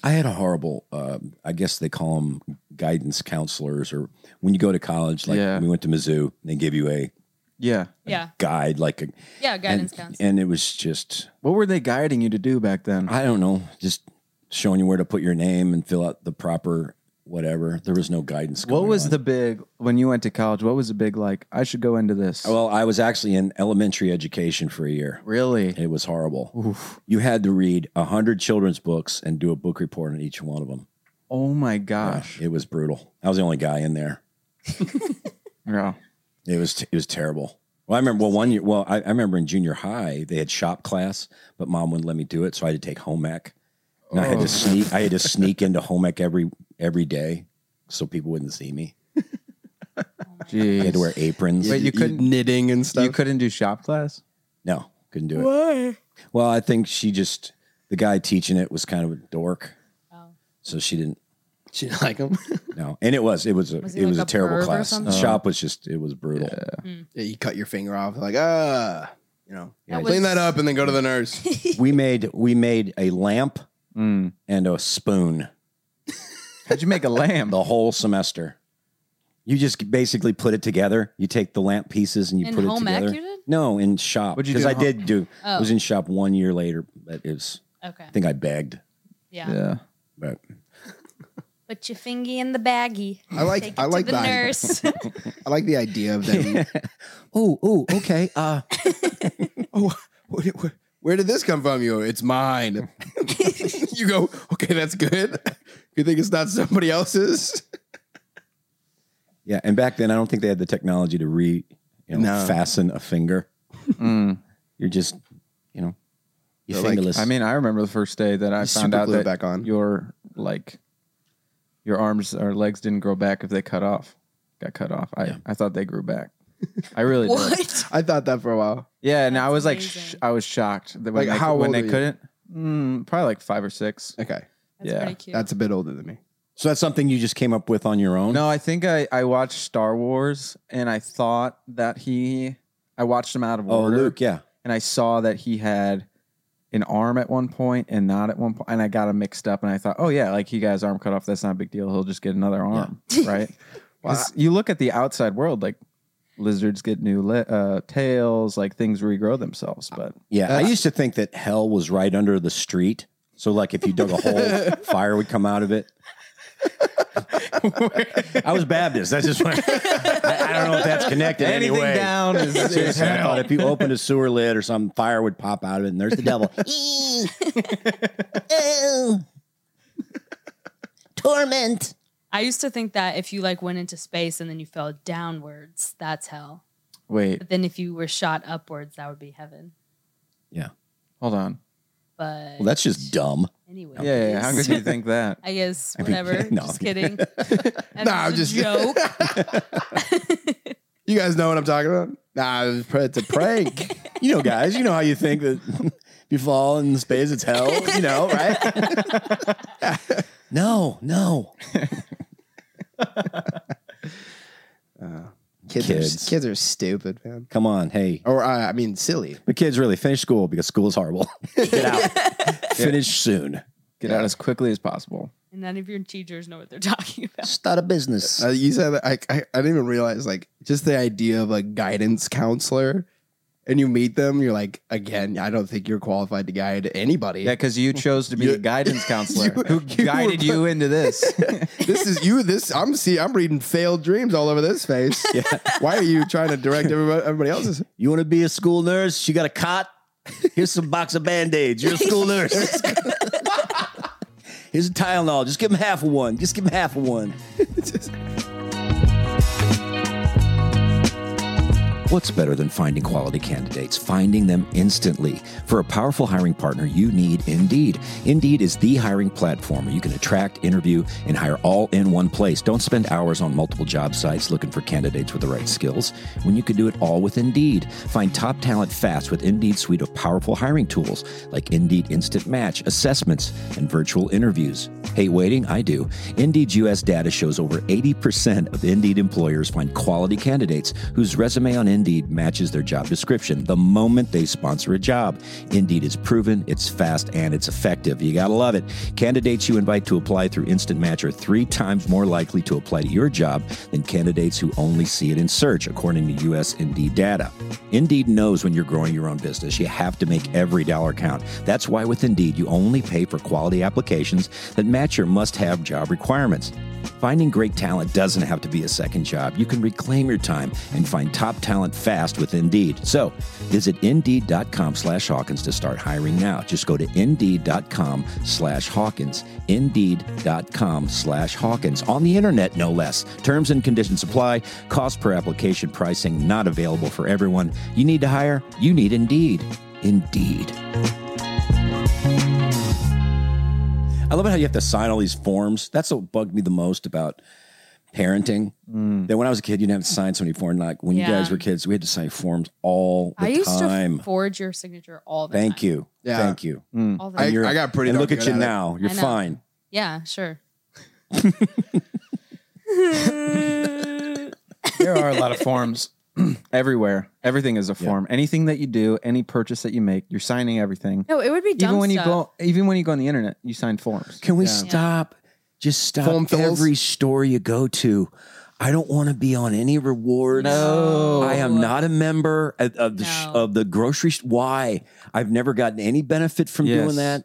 I had a horrible. Uh, I guess they call them guidance counselors, or when you go to college. Like
Yeah.
we went to Mizzou, and they give you a
Yeah.
yeah,
guide, like a
yeah, guidance
and,
counselor.
and it was just
What were they guiding you to do back then?
I don't know, just showing you where to put your name and fill out the proper whatever. There was no guidance.
What
going
was
on.
the big when you went to college? What was the big like? I should go into this.
Well, I was actually in elementary education for a year.
really?
It was horrible. You had to read a hundred children's books and do a book report on each one of them.
Oh my gosh!
It was brutal. I was the only guy in there.
Yeah.
It was it was terrible. Well, I remember. Well, one year. Well, I, I remember in junior high they had shop class, but mom wouldn't let me do it, so I had to take home ec. And I had
Oh.
to sneak. I had to sneak into home ec every every day, so people wouldn't see me.
Oh
I had to wear aprons.
Wait, you couldn't-
knitting and stuff.
You couldn't do shop class.
No, couldn't do it. Well, I think she just the guy teaching it was kind of a dork,
Oh.
so she didn't.
She didn't like them.
No, and it was it was a
Was he
it was
like
a
a perv
terrible
or
class.
something?
Shop was just it was brutal.
Yeah, you cut your finger off, like ah, you know,
That
clean
was-
that up and then go to the nurse.
We made we made a lamp
Mm.
and a spoon.
How'd you make a lamb?
the whole semester. You just basically put it together. You take the lamp pieces and you
In
put it
home ec
together.
you did?
No, in shop.
What'd you
Because
do
I
in
did
home-
do. I
Oh.
was in shop one year later, but it was.
Okay,
I think I begged,
yeah.
yeah.
but
Put your fingy in the baggie.
I like-
Take it
I
to
like
the
that.
nurse.
I like the idea of them.
oh, oh, okay. Uh,
oh, where, where, where did this come from? You, it's mine. you go, okay, that's good. You think it's not somebody else's?
yeah. And back then, I don't think they had the technology to re, you know,
No.
fasten a finger.
Mm.
You're just, you know, you're
They're like-
fingerless.
I mean, I remember the first day that I
You
found out
superglue it
that
back on.
your like your arms or legs didn't grow back if they cut off. Got cut off. I, I thought they grew back. I really did.
what?
I thought that for a while.
Yeah, and I
That's
was like,
amazing.
sh- I was shocked that when
Like,
they,
how
when
old
they
were you?
couldn't. Mm, probably like five or six.
Okay,
That's
Yeah.
pretty cute.
that's a bit older than me.
so that's something you just came up with on your own.
No, I think I, I watched Star Wars and I thought that he I watched him out of
Oh,
order
Luke. Yeah.
and I saw that he had an arm at one point and not at one point and I got him mixed up and I thought, oh yeah, like he got his arm cut off, that's not a big deal. He'll just get another arm, right? 'Cause you look at the outside world, like lizards get new li- uh, tails, like things regrow themselves, but
Yeah, I
That's-
used to think that hell was right under the street. So like if you dug a hole, fire would come out of it. I was Baptist. That's just what I, I don't know if that's connected
anything
anyway.
down is
It's just hell. If you opened a sewer lid or something, fire would pop out of it, and there's the devil. Torment.
I used to think that if you like went into space and then you fell downwards, that's hell.
Wait,
But then if you were shot upwards, that would be heaven.
hold on.
But
Well, that's just dumb.
anyway.
Yeah, yeah, yeah, how could you think that?
I guess
mean,
whatever.
no.
Just kidding.
Nah, I'm
just
just-
a joke.
You guys know what I'm talking about? Nah, it's a prank. you know, guys, you know how you think that if you fall in space, it's hell, you know, right? no, no.
Kids.
Kids, kids are stupid, man.
Come on, hey.
Or uh, I mean, silly.
But kids, really finish school because school is horrible. Get out. Finish soon.
Get out as quickly as possible.
And none of your teachers know what they're talking about.
Start a business.
Uh, you said that I, I I didn't even realize like just the idea of a guidance counselor, and you meet them, you're like, again, I don't think you're qualified to guide anybody.
Yeah, because you chose to be a guidance counselor who
you
guided
were-
you into this.
this is you. This I'm see. I'm reading failed dreams all over this face. Yeah. Why are you trying to direct everybody, everybody else's?
You want to be a school nurse? You got a cot? Here's some box of band-aids. You're a school nurse. Here's a Tylenol. Just give him half of one. Just give him half of one. What's better than finding quality candidates? Finding them instantly. For a powerful hiring partner, you need Indeed. Indeed is the hiring platform where you can attract, interview, and hire all in one place. Don't spend hours on multiple job sites looking for candidates with the right skills when you can do it all with Indeed. Find top talent fast with Indeed's suite of powerful hiring tools like Indeed Instant Match, assessments, and virtual interviews. Hate waiting? I do. Indeed's U.S. data shows over 80% of Indeed employers find quality candidates whose resume on Indeed matches their job description the moment they sponsor a job. Indeed is proven, it's fast, and it's effective. You gotta love it. Candidates you invite to apply through Instant Match are three times more likely to apply to your job than candidates who only see it in search, according to U.S. Indeed data. Indeed knows when you're growing your own business, you have to make every dollar count. That's why with Indeed, you only pay for quality applications that match your must have job requirements. Finding great talent doesn't have to be a second job. You can reclaim your time and find top talent fast with Indeed. So visit Indeed.com slash Hawkins to start hiring now. Just go to Indeed.com slash Hawkins. Indeed.com slash Hawkins. On the internet, no less. Terms and conditions apply. Cost per application pricing not available for everyone. You need to hire? You need Indeed. Indeed. I love it how you have to sign all these forms. That's what bugged me the most about parenting.
Hmm.
That when I was a kid, you didn't have to sign so many forms. Like when
Yeah.
you guys were kids, we had to sign forms all the
I used
time.
to forge your signature all the
Thank
time.
you.
Yeah.
Thank you.
Mm.
All the
I,
time.
I got pretty.
and
darn
look at
good
you
it.
now. You're
I know.
fine.
yeah, sure.
there are a lot of forms everywhere. Everything is a form. Anything that you do, any purchase that you make, you're signing everything.
No, it would be dumb
Even when
stuff.
you go, even when you go on the internet, you sign forms.
Can we stop? Just stop
Form fills?
every store you go to. I don't want to be on any rewards.
No.
I am not a member of, of the sh
No.
of the grocery. Sh- Why? I've never gotten any benefit from doing
Yes.
that.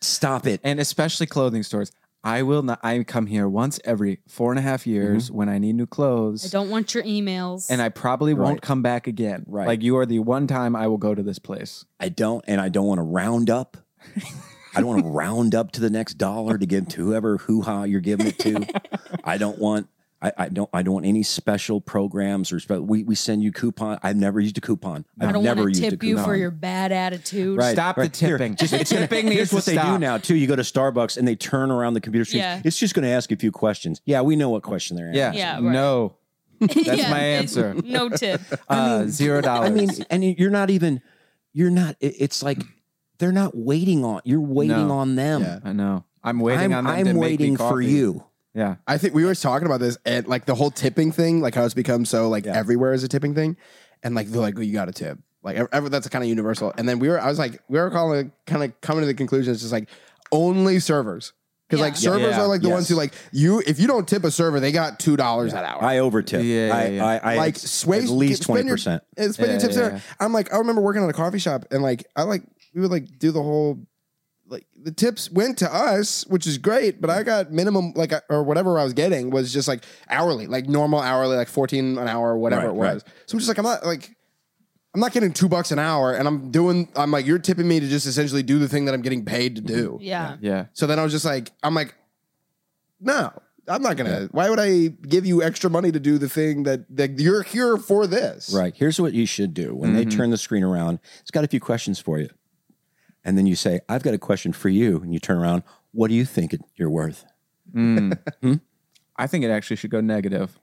Stop it.
and especially clothing stores. I will not. I come here once every four and a half years
Mm-hmm.
when I need new
I
clothes,
don't want your emails.
and I probably
Right.
won't come back again.
Right.
Like you are the one time I will go to this place.
I don't, and I don't want to round up. I don't want to round up to the next dollar to give to whoever hoo ha you're giving it to. I don't want. I, I don't. I don't want any special programs or spe- we we send you coupon. I've never used a coupon. I've
I don't
never
want to
used a
tip you
coupon.
for your bad attitude.
Right,
Stop
right.
the
Here,
tipping.
just-
the tipping
Here's
needs
what
to
they do
stop.
now too. You go to Starbucks and they turn around the computer screen.
Yeah.
It's just going to ask a few questions. Yeah, we know what question they're
Yeah.
asking.
Yeah, right.
No. That's
Yeah,
my
it-
answer.
No tip.
Uh, Zero dollars.
I mean, and you're not even. You're not. it- It's like they're not waiting on. You're waiting
No.
on them.
Yeah.
I know. I'm
I'm,
waiting on them
I'm
to make me
waiting for
coffee.
you.
Yeah.
I think we were talking about this and like the whole tipping thing, like how it's become so like
Yeah.
everywhere is a tipping thing, and like they're like, oh, you got to tip, like ev- ever, that's kind of universal. And then we were, I was like, we were calling, kind of coming to the conclusion, it's just like only servers. Because
Yeah.
like servers
Yeah.
are like the
Yes.
ones who like you if you don't tip a server they got two dollars that hour
I overtip.
Yeah, yeah,
I,
yeah.
I, I
like sway
at least
spend
twenty
your-
percent.
and spend your
Yeah,
tips
yeah,
there.
yeah.
I'm like I remember working at a coffee shop and like I like we would like do the whole like the tips went to us, which is great, but I got minimum like I- or whatever I was getting was just like hourly, like normal hourly, like 14 an hour or whatever
Right,
it was. So I'm just like I'm not like I'm not getting two bucks an hour, and I'm doing. I'm like, you're tipping me to just essentially do the thing that I'm getting paid to do.
Yeah.
Yeah.
So then I was just like, I'm like, no, I'm not gonna. Why would I give you extra money to do the thing that that you're here for this?
Right. Here's what you should do when
Mm-hmm.
they turn the screen around. It's got a few questions for you, and then you say, "I've got a question for you," and you turn around. What do you think it- you're worth?
Hmm. I think it actually should go negative.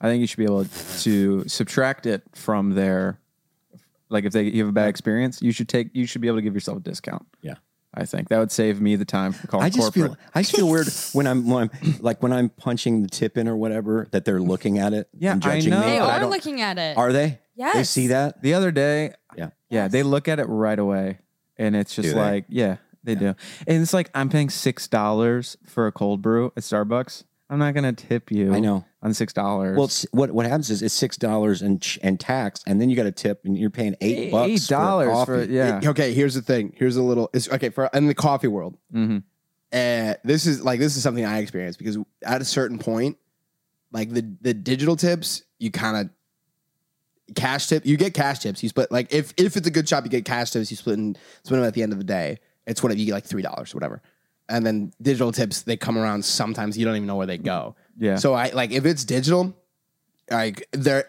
I think you should be able to subtract it from their like if they you have a bad experience, you should take you should be able to give yourself a discount.
Yeah.
I think that would save me the time from calling
I just
corporate.
feel I just feel weird when I'm when I'm like when I'm punching the tip in or whatever that they're looking at it.
Yeah,
and
I
judging
know.
Me.
They
I
are
don't-
looking at it.
Are they? They
Yes.
see that.
The other day,
Yeah.
yeah, they look at it right away, and it's just
Do they?
like, yeah, they do, and it's like I'm paying six dollars for a cold brew at Starbucks. I'm not gonna tip you.
I know.
on six dollars.
Well, it's, what what happens is it's six dollars and ch- and tax, and then you got a tip, and you're paying eight, bucks.
eight
for a
dollars
coffee.
for, yeah.
Okay, here's the thing. Here's a little. It's okay for in the coffee world.
hmm
uh, this is like this is something I experienced because at a certain point, like the the digital tips, you kind of cash tip. You get cash tips. You split like if if it's a good shop, you get cash tips. You split and split them at the end of the day. It's whatever you get like three dollars, whatever. And then digital tips, they come around sometimes. You don't even know where they go.
Yeah.
So I like if it's digital, like they're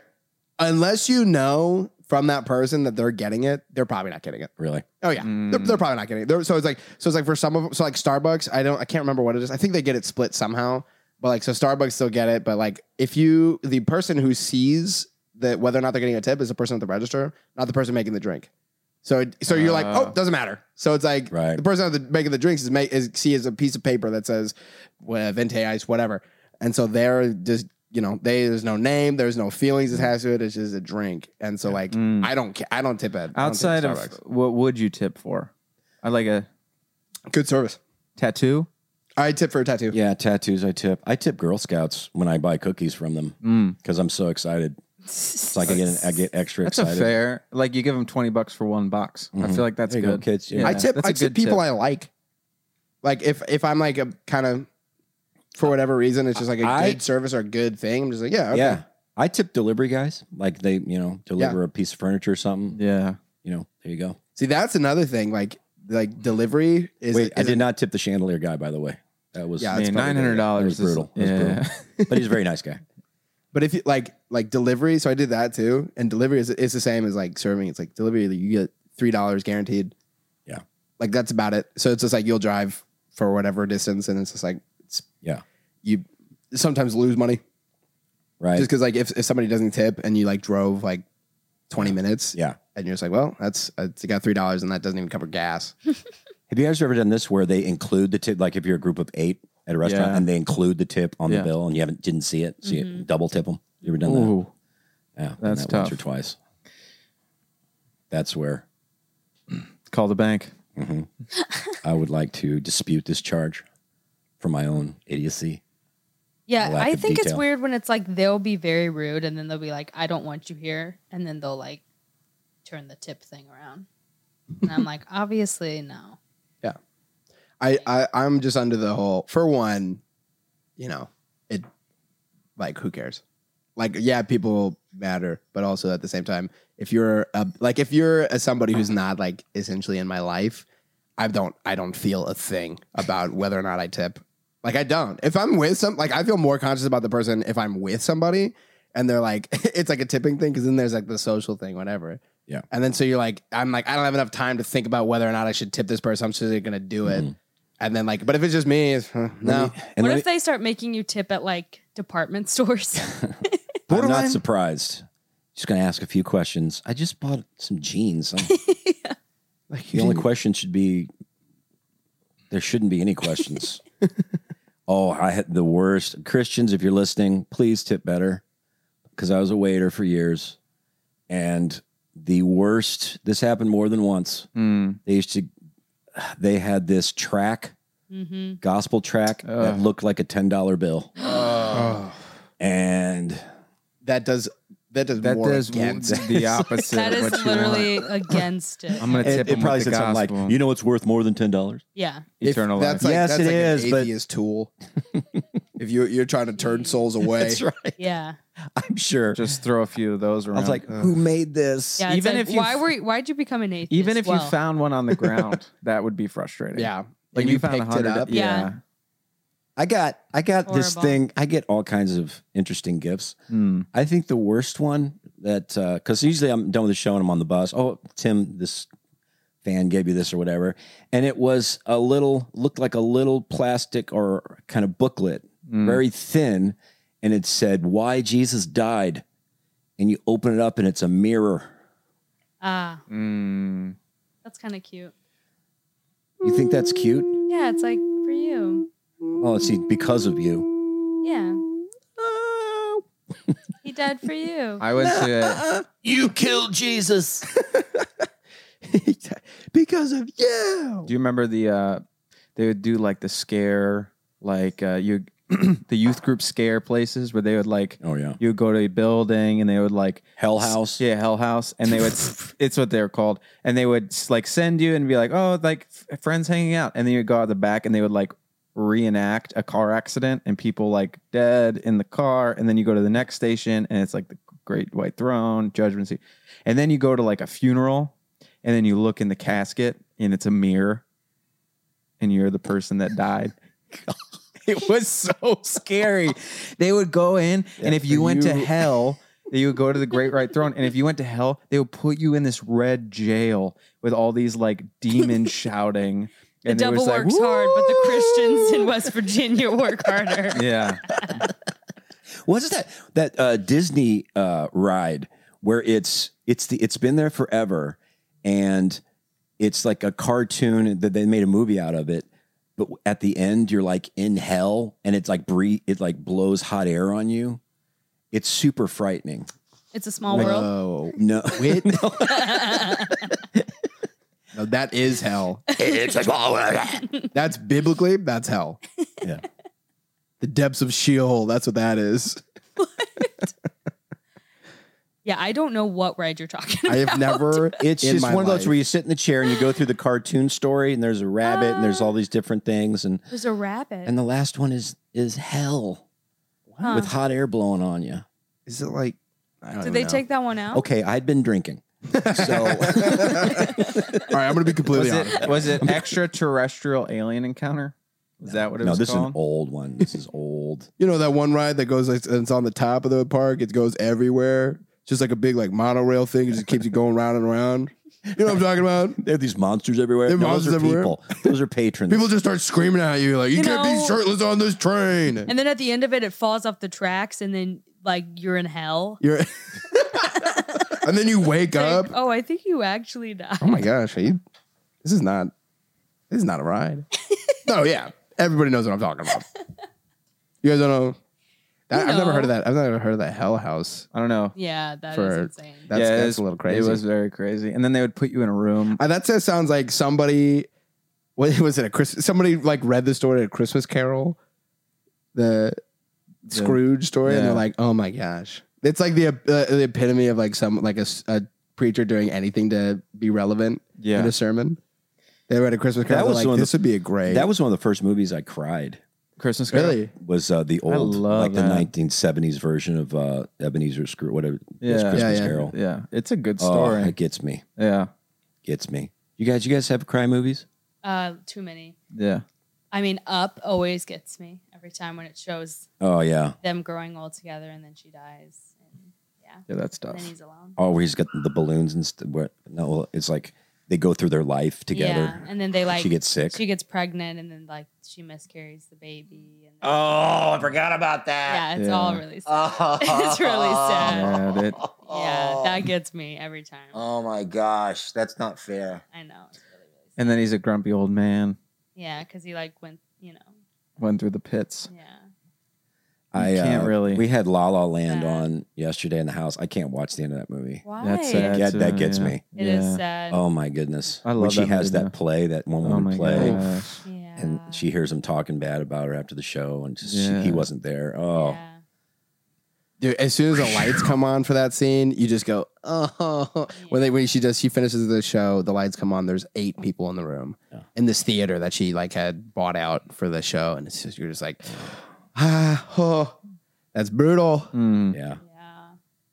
unless you know from that person that they're getting it, they're probably not getting it.
Really?
Oh yeah, they're,
Mm-hmm.
they're probably not getting it. They're, so it's like so it's like for some of so like Starbucks. I don't I can't remember what it is. I think they get it split somehow. But like so Starbucks still get it. But like if you the person who sees that whether or not they're getting a tip is the person at the register, not the person making the drink. So it, so you're like
Ah.
oh doesn't matter. So it's like
Right.
the person at the, making the drinks is make is see is a piece of paper that says well, vente ice whatever, and so they're just. You know, they there's no name, there's no feelings attached to it. It's just a drink, and so like
Mm.
I don't, ca- I don't tip it
Outside of what would you tip for? I like a
good service.
tattoo.
I tip for a tattoo.
Yeah, tattoos. I tip. I tip Girl Scouts when I buy cookies from them
Mm.
because I'm so excited. It's like I get an, I get extra
That's
excited.
a fair. Like you give them twenty bucks for one box. I
Mhm.
feel like that's
There you go,
good.
kids. Yeah.
Yeah.
I tip.
that's a
I
good
tip people
tip.
I like. Like if if I'm like a kind of for whatever reason, it's just like a
I-
good service or a good thing. I'm just like yeah, okay.
Yeah, I tip delivery guys. Like they, you know, deliver a piece of furniture or something.
Yeah.
You know, there you go.
See, that's another thing. Like like delivery is.
Wait, I
is-
did not tip the chandelier guy, by the way. That was,
Yeah,
I
That's
mean,
probably
nine
good.
hundred
that was
dollars
brutal. That was
Yeah.
brutal. but he's a very nice guy.
But if you like like delivery, so I did that too. And delivery is it's the same as like serving. It's like delivery. You get three dollars guaranteed.
Yeah.
Like that's about it. So it's just like you'll drive for whatever distance, and it's just like it's
Yeah.
you sometimes lose money.
Right.
just because like if, if somebody doesn't tip and you like drove like 20 minutes
yeah.
and you're just like well that's it's got three dollars and that doesn't even cover gas
Have you guys ever done this where they include the tip? Like if you're a group of eight at a restaurant
Yeah.
and they include the tip on
Yeah.
the bill and you haven't didn't see it, so you double tip them. You ever done
Ooh.
that? Yeah, done
that's
that once
tough.
or twice. That's where
Call the bank.
Mm-hmm. I would like to dispute this charge for my own idiocy.
Yeah,
lack
I
of
think it's
detail.
weird when it's like they'll be very rude and then they'll be like, I don't want you here. And then they'll like turn the tip thing around. And I'm like, obviously, no.
I, I i'm just under the whole for one you know it like who cares like yeah people matter but also at the same time if you're a, like if you're a, somebody who's not like essentially in my life i don't i don't feel a thing about whether or not i tip like i don't if i'm with some like i feel more conscious about the person if i'm with somebody and they're like it's like a tipping thing because then there's like the social thing whatever
Yeah.
and then so you're like i'm like i don't have enough time to think about whether or not i should tip this person i'm just gonna do it and then like but if it's just me it's, huh, no
And
what
let
if they start making you tip at like department stores?
me- I'm not surprised. Just going to ask a few questions. I just bought some jeans. I'm-
like
the only question should be there shouldn't be any questions. oh, I had the worst. Christians, if you're listening, please tip better because I was a waiter for years. And the worst, this happened more than once.
Mm.
They used to, they had this track,
mm-hmm.
gospel track that
Ugh.
looked like a $10 bill. And
that does that does
That
more
does
against it.
the opposite.
That
of
is
what you
literally
want.
against it.
I'm gonna tip
it, it
them
probably
with the
said something like,
gospel.
you know, it's worth more than $10.
yeah.
If
eternal life.
That's like,
Yes,
that's
it
like
is,
An
but-
atheist tool. if you you're trying to turn souls away,
That's right.
Yeah.
I'm sure.
Just throw a few of those around. Uh,
I was like, who made this?
Yeah. Even
Even
if
if you
why
f-
were you, why'd you become an atheist?
even if
Well,
you found one on the ground, that would be frustrating.
yeah,
like
And
you, found a
picked it
hundred.
up.
Yeah.
yeah.
I got I got this
Horrible.
thing. I get all kinds of interesting gifts.
Mm.
I think the worst one that because usually I'm done with the show and I'm on the bus. Oh, Tim, this fan gave you this or whatever, and it was a little looked like a little plastic or kind of booklet,
Hmm.
very thin, and it said why Jesus died, and you open it up and it's a mirror.
Ah,
Mm.
that's kind of cute.
You think that's cute?
Yeah, it's like for you.
Oh, see, because of you.
Yeah. He died for you.
I would say
You killed Jesus.
because of you.
Do you remember the uh they would do like the scare like uh you the youth group scare places where they would like
Oh yeah.
you would go to a building and they would like
Hell House.
yeah hell house and they would it's what they're called and they would like send you and be like oh like f- friends hanging out and then you'd go out the back and they would like reenact a car accident and people like dead in the car and then you go to the next station and it's like the great white throne judgment seat and then you go to like a funeral and then you look in the casket and it's a mirror and you're the person that died it was so scary they would go in and if you went to
you-
hell they would go to the great white throne and if you went to hell they would put you in this red jail with all these like demons shouting
the
and it
devil
was like,
works hard, but the Christians in West Virginia work harder.
yeah
What's that that uh, Disney uh, ride where it's it's the it's been there forever and it's like a cartoon that they made a movie out of it. But at the end, you're like in hell, and it's like breathe, it like blows hot air on you. It's super frightening.
It's a small world.
Oh,
No,
wait. no, that is hell.
It's a
oh,
small world.
That's biblically, that's hell.
Yeah.
The depths of Sheol, that's what that is.
Yeah, I don't know what ride you're talking about.
I have never.
it's
in
just
my
one of those
life.
where you sit in the chair and you go through the cartoon story, and there's a rabbit, and there's all these different things, and
There's a rabbit.
and the last one is is hell
Huh.
with hot air blowing on you.
Is it like? I don't
Did they
know.
take that one out?
Okay, I'd been drinking. So
All right, I'm gonna be completely
was
honest.
it was it extraterrestrial alien encounter was that what it
no,
was
this is an
called
old one. This is old.
You know that one ride that goes like it's on the top of the park. It goes everywhere. It's just like a big like monorail thing. It just keeps you going round and round. You know what I'm talking about?
There are these monsters everywhere.
There are
No,
monsters
those are
everywhere.
people. Those are patrons.
People just start screaming at you like you,
You
can't
know-
be shirtless on this train.
And then at the end of it, it falls off the tracks, and then like you're in hell.
You're and then you wake
Like,
up.
oh, I think you actually died.
Oh my gosh, are you, this is not this is not a ride. no, yeah, everybody knows what I'm talking about. You guys don't know. That,
You
I've never
know.
heard of that. I've never heard of that Hell House.
i don't know
Yeah, that is
For-
insane.
That's,
Yeah, it
that's
was-
a little crazy.
It was very crazy. And then they would put you in a room.
Uh, that just sounds like somebody. What was it? A Christmas? Somebody like read the story at Christmas Carol, the Scrooge story, and they're
yeah.
like, "Oh my gosh!" It's like the uh, the epitome of like some like a, s- a preacher doing anything to be relevant in
Yeah.
a sermon. They read a Christmas
That
Carol.
was
That
one
like,
of
this would be a great.
that was one of the first movies I cried.
Christmas Carol.
really
Was uh, the old
love
like the
that.
nineteen seventies version of uh, Ebenezer Scrooge? Whatever.
Yeah.
It's
Yeah,
Christmas
yeah.
Carol.
Yeah. It's a good
Oh,
story.
it gets me.
yeah.
Gets me. You guys, you guys have cry movies?
Uh, too many.
Yeah.
I mean, Up always gets me every time when it shows
Oh yeah.
them growing old together, and then she dies, and
Yeah, that's
then
tough.
he's alone.
Oh, where he's got the balloons and st- what? No, it's like they go through their life together.
Yeah, and then they like
she gets sick.
she gets pregnant, and then like she miscarries the baby. And
Oh, I forgot about that.
yeah, it's
Yeah.
all really sad.
Oh.
It's really sad.
Yeah, that-
Yeah, that gets me every time.
Oh my gosh, that's not fair.
I know. It's really, really sad.
and then he's a grumpy old man.
yeah, because he like went, you know,
Went through the pits.
yeah.
I
uh,
uh,
can't really-
We had La La Land
Sad.
on yesterday in the house. I can't watch the end of that movie.
Why?
That's sad.
Yeah, that
too,
gets
yeah.
me.
It
yeah.
is sad.
Oh my goodness!
I
when
love
she
that
has
movie,
that
though.
play, that one
Oh
woman
my
play,
gosh.
yeah.
and she hears him talking bad about her after the show, and just,
Yeah.
he wasn't there. Oh,
Yeah.
dude. As soon as the lights come on for that scene, you just go, "Oh!" When they when she does, she finishes the show. The lights come on. There's eight people in the room in this theater that she like had bought out for the show, and it's just you're just like, ah, oh, that's brutal.
Mm.
yeah.
Yeah.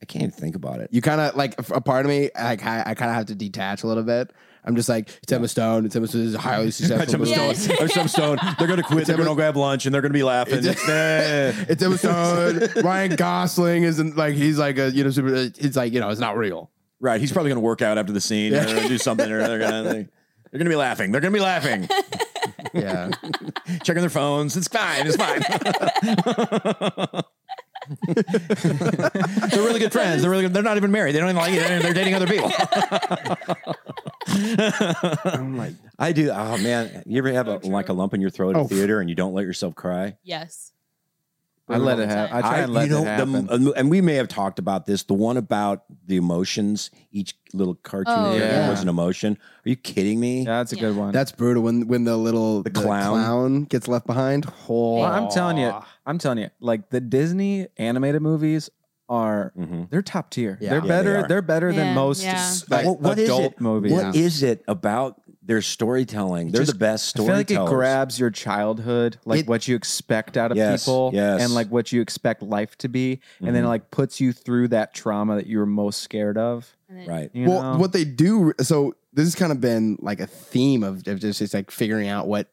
I can't even think about it.
You kind of like a part of me, like I, I kind of have to detach a little bit. I'm just like, it's Emma Stone. It's Emma Stone. It's a highly successful. movie.
Stone. Yes.
There's some stone. They're gonna quit. They're gonna grab lunch, and they're gonna be laughing.
It's Emma Stone. Ryan Gosling isn't like he's like a you know super. It's like you know it's not real.
right? He's probably gonna work out after the scene.
Yeah.
They're gonna do something, or they're gonna they're gonna be laughing. They're gonna be laughing,
Yeah.
checking their phones. It's fine. It's fine. They're really good friends. They're really good. They're not even married. They don't even like it. They're, they're dating other people. I'm like, I do. Oh man, you ever have a, like a lump in your throat
Oh.
in theater and you don't let yourself cry?
Yes.
I let it happen. I try and let
you know,
it happen.
The, m- and we may have talked about this. The one about the emotions, each little cartoon
Oh,
character
yeah.
was an emotion. Are you kidding me?
yeah, that's a good one.
That's brutal when when the little
The clown.
gets left behind. Oh,
Well, I'm telling you, I'm telling you, like the Disney animated movies are
Mhm.
they're top tier.
Yeah.
they're
Yeah, they
better.
are.
they are better
Yeah,
than most
yeah.
s- like,
What- what is
adult
it?
movies.
What is it about their storytelling? They're
Just-
the best
I feel
storytellers.
like it grabs your childhood, like
It-
what you expect out of
Yes,
people,
yes.
and like what you expect life to be, and
Mm-hmm.
then
Mhm.
like puts you through that trauma that you were most scared of.
And then
right.
You
well,
know?
what they do. So this has kind of been like a theme of, of just it's like figuring out what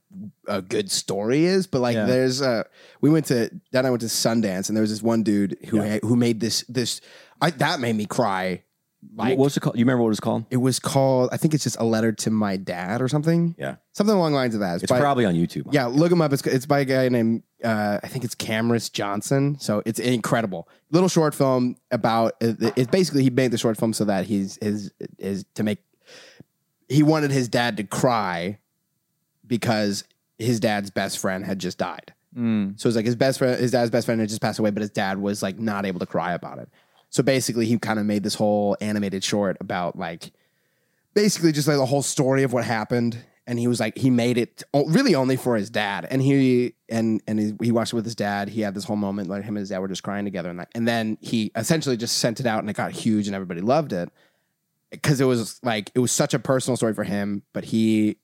a good story is. But like,
Yeah.
there's uh we went to then I went to Sundance and there was this one dude who ha- who made this this I that made me cry. Like
What was it called? You remember what it was called?
it was called. I think it's just a letter to my dad or something.
Yeah.
something along the lines of that.
It's
by-
probably on YouTube.
Yeah, look him up. It's it's by a guy named uh, I think it's Cameras Johnson. So it's incredible little short film about it's basically he made the short film so that he's his is to make he wanted his dad to cry because his dad's best friend had just died.
Mm.
So it's like his best friend, his dad's best friend had just passed away, but his dad was like not able to cry about it. So basically, he kind of made this whole animated short about like basically just like the whole story of what happened. And he was like, he made it o- really only for his dad. And he and and he, he watched it with his dad. He had this whole moment like him and his dad were just crying together, and like, and then he essentially just sent it out, and it got huge, and everybody loved it because it was like it was such a personal story for him. But he,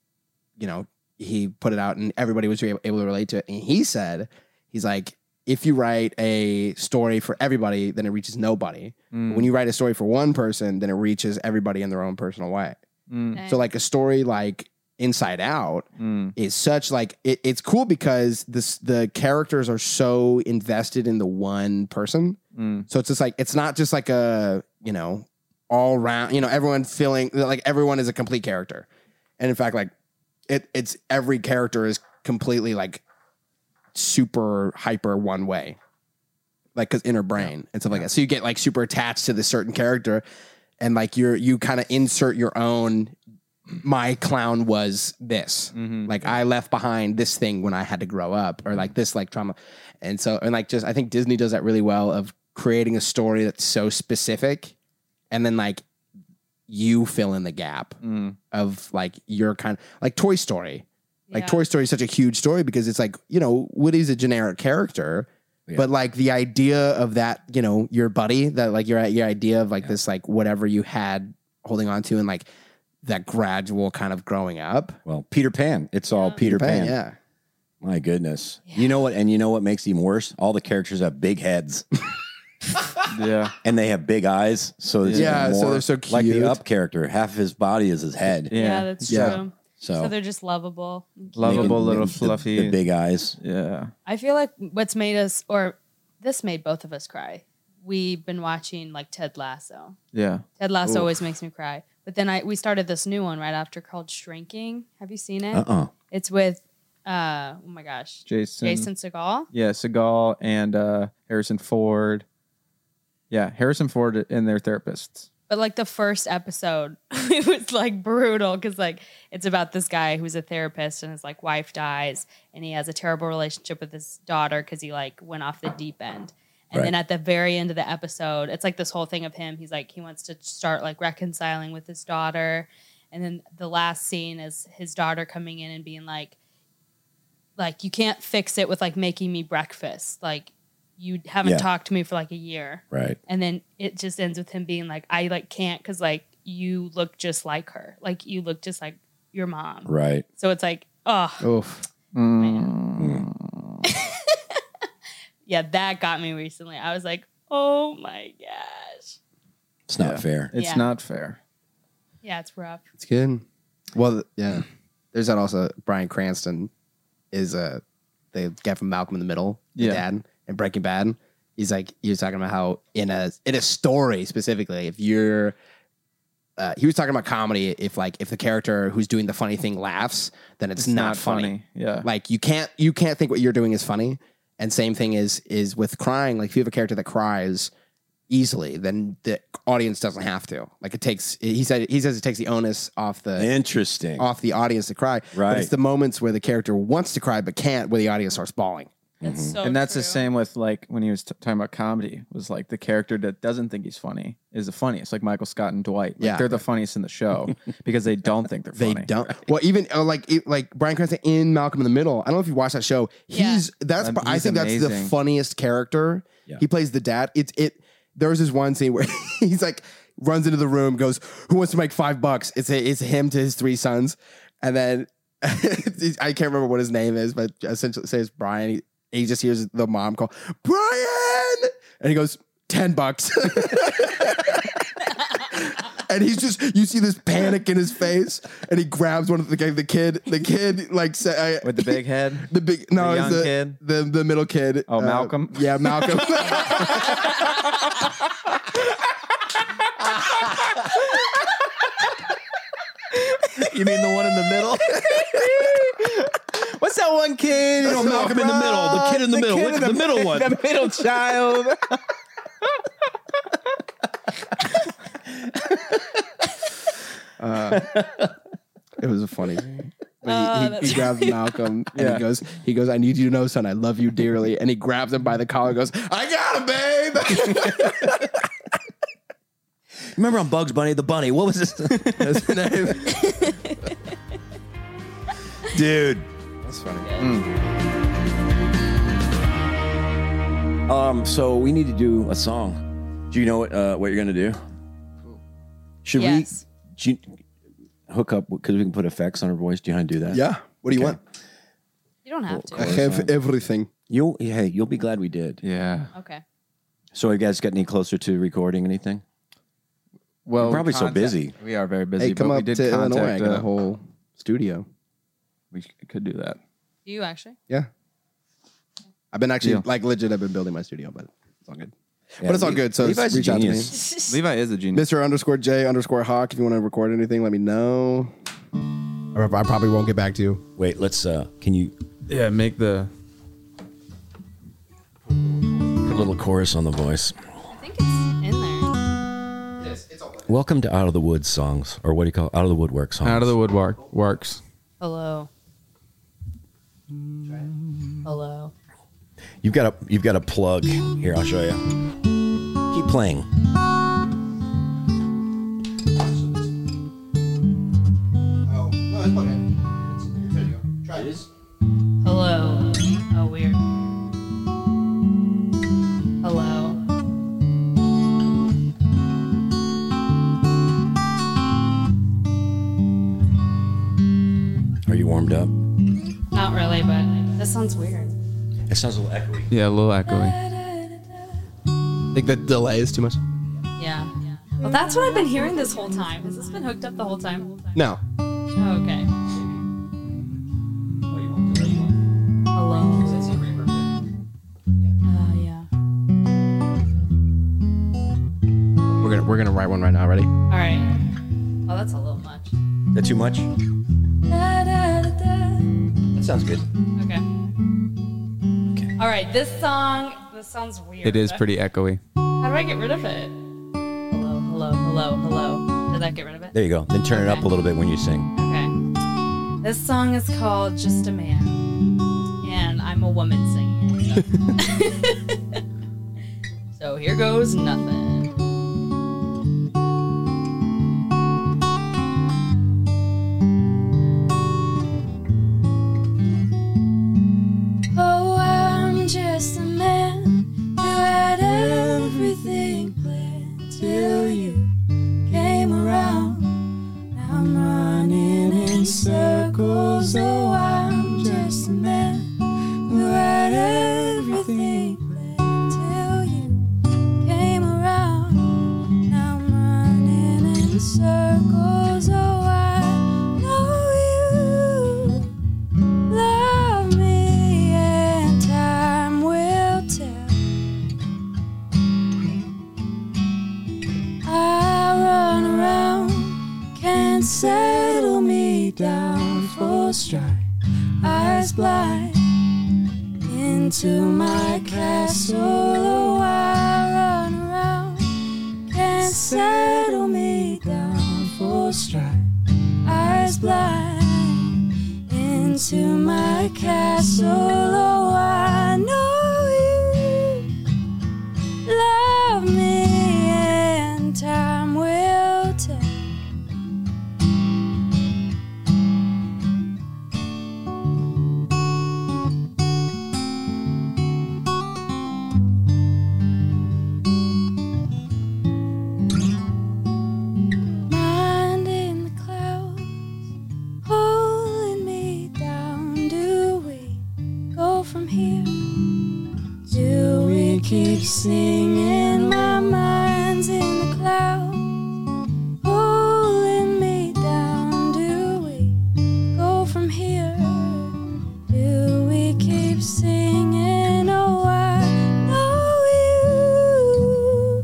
you know, he put it out, and everybody was able able to relate to it. And he said he's like if you write a story for everybody then it reaches nobody
Mm.
when you write a story for one person then it reaches everybody in their own personal way
Mm.
Okay.
so like a story like inside out
Mm.
is such like it, it's cool because this the characters are so invested in the one person
Mm.
so it's just like it's not just like a you know all round you know everyone feeling like everyone is a complete character, and in fact like it it's every character is completely like super hyper one way, like because inner brain and stuff like that. So you get like super attached to this certain character, and like you're you kind of insert your own. My clown was this.
Mhm.
Like I left behind this thing when I had to grow up, or like this like trauma, and so and like just I think Disney does that really well of creating a story that's so specific, and then like you fill in the gap
Mm.
of like your kind like Toy Story. Like
Yeah.
Toy Story is such a huge story because it's like you know Woody's a generic character,
Yeah.
but like the idea of that you know your buddy that like your your idea of like this like whatever you had holding on to and like that gradual kind of growing up.
Well, Peter Pan. It's all
Yeah.
Peter Pan.
yeah.
My goodness.
Yeah.
You know what? And you know what makes even worse? All the characters have big heads
Yeah.
and they have big eyes. So it's even
Yeah, so
more-
they're so
Like
cute.
the up character, half of his body is his head.
Yeah.
yeah. that's true.
Yeah.
So,
So they're just lovable.
making-
Lovable little
the- the-
fluffy.
the big eyes.
yeah.
I feel like what's made us, or this made both of us cry. We've been watching like Ted Lasso.
Yeah.
Ted Lasso
Oof.
always makes me cry. But then I we started this new one right after called Shrinking. Have you seen it?
Uh-uh.
Uh uh
It's with, uh, oh my gosh,
Jason.
Jason Segal.
Yeah, Seagal and uh, Harrison Ford. Yeah, Harrison Ford and their therapists.
But like the first episode, it was like brutal because like it's about this guy who's a therapist and his like wife dies and he has a terrible relationship with his daughter because he like went off the deep end. And then at the very end of the episode, it's like this whole thing of him. He's like he wants to start like reconciling with his daughter, and then the last scene is his daughter coming in and being like, like you can't fix it with like making me breakfast. Like you haven't
Yeah.
talked to me for like a year
Right.
and then it just ends with him being like i like can't because like you look just like her like you look just like your mom
Right.
so it's like oh
Oof.
Mm.
yeah that got me recently i was like oh my gosh
It's not
Yeah.
fair.
It's
Yeah.
not fair.
yeah it's rough
It's good. Well, th- yeah. There's that also Brian Cranston is a the guy from Malcolm in the Middle, the
Yeah.
dad in Breaking Bad. He's like he was talking about how in a in a story specifically, if you're uh, he was talking about comedy. If like if the character who's doing the funny thing laughs, then it's, not, funny.
Yeah.
Like you can't you can't think what you're doing is funny. And same thing is is with crying. Like if you have a character that cries easily, then the audience doesn't have to. Like it takes. He said he says it takes the onus off the
Interesting.
off the audience to cry. But
Right.
it's the moments where the character wants to cry but can't, where the audience starts bawling.
That's so
Mm-hmm. and that's
true.
the same with like when he was t- talking about comedy was like the character that doesn't think he's funny is the funniest like michael scott and dwight Like,
Yeah.
they're the funniest in the show because they don't think they're
They
funny
don't. Well, even uh, like it, like Brian Cranston in Malcolm in the Middle. I don't know if you watched that show.
Yeah.
He's that's
Um,
pro- I
he's
think that's the
amazing.
funniest character.
Yeah.
He plays the dad. It's it. There's this one scene where he's like runs into the room, goes, "Who wants to make five bucks?" It's it's him to his three sons, and then I can't remember what his name is, but essentially says Brian. He, he just hears the mom call Brian, and he goes ten bucks. And he's just, you see this panic in his face, and he grabs one of the the kid, the kid like say,
with the big head
the big
the
no, it's
young
the,
kid?
the the middle kid. Uh,
Oh, Malcolm?
Yeah, Malcolm.
You mean the one in the middle?
what's that one kid
know, Malcolm in the middle, the kid in the middle. Look at the middle one.
the middle child
it was a funny. scene. But
Oh,
he- he,
that's
he grabs Malcolm and
Yeah.
he goes, he goes, I need you to know, son, I love you dearly. And he grabs him by the collar, and goes, I got him, babe.
Remember on Bugs Bunny, the bunny. What was this?
That's the name.
Dude.
That's funny.
Um, so we need to do a song. Do you know what uh, what you're gonna do? Should
Yes.
we do you- hook up because we can put effects on her voice? Do you want to do that?
Yeah. What do you want?
You don't have to.
I have everything.
You'll hey, you'll be glad we did.
yeah
Okay.
So you guys getting any closer to recording anything?
well
We're probably so
contact-
busy.
we are very busy
Hey, come
but we
up
did
to
contact,
Illinois. I got
uh,
a whole studio.
we c- could do that
Do you actually?
Yeah. I've been actually
Deal.
like legit. I've been building my studio, but it's all good. but it's all good. So
Levi's a
reach out to me.
genius.
levi is a genius
Mr. underscore J underscore Hawk. If you want to record anything, let me know. I probably won't get back to you.
Wait, let's uh can you
yeah make the
put a little chorus on the voice?
I think it's in there.
Welcome to Out of the Woods songs, or what do you call it? Out of the Woodwork songs.
out of the woodwork works
Hello. Hello.
You've got a you've got a plug here. I'll show you. Keep playing.
Oh, no, it's okay. Try this.
Hello. Oh, weird. Hello.
Are you warmed up?
Not really, but that sounds weird.
It sounds a little echoey.
yeah a little echoey
I think the delay is too much.
Yeah. Well, that's what I've been hearing this whole time. Has this been hooked up the whole time?
No.
Oh, okay. Hello. Uh, yeah.
We're gonna we're gonna write one right now. Ready?
Uh, All right. Oh, that's a little much.
Is that too much? That sounds good.
Okay. All right. This song. This sounds weird.
it is pretty echoey
How do I get rid of it? Hello. Hello. Hello. Hello. Did that get rid of it?
There you go. Then turn it up
Okay.
a little bit when you sing.
Okay. This song is called Just a Man. And I'm a woman singing it. so here goes nothing.
Oh, I'm just a man who had everything planned till you came around. Now I'm running in circles. Oh, I'm just a man who had everything planned till you came around. Now I'm running in circles. Oh, I know you. Love me and time will tell. I run around, can't settle me down for strife. Eyes blind in into my castle. Oh, I run around, can't settle me down for strife. Eyes blind into my castle. Oh, I know you love me, and time will tell. Mind in the clouds, holding me down. Do we go from here? Do we keep singing? My mind's in the clouds, holding me down. Do we go from here? Do we keep singing? Oh, I know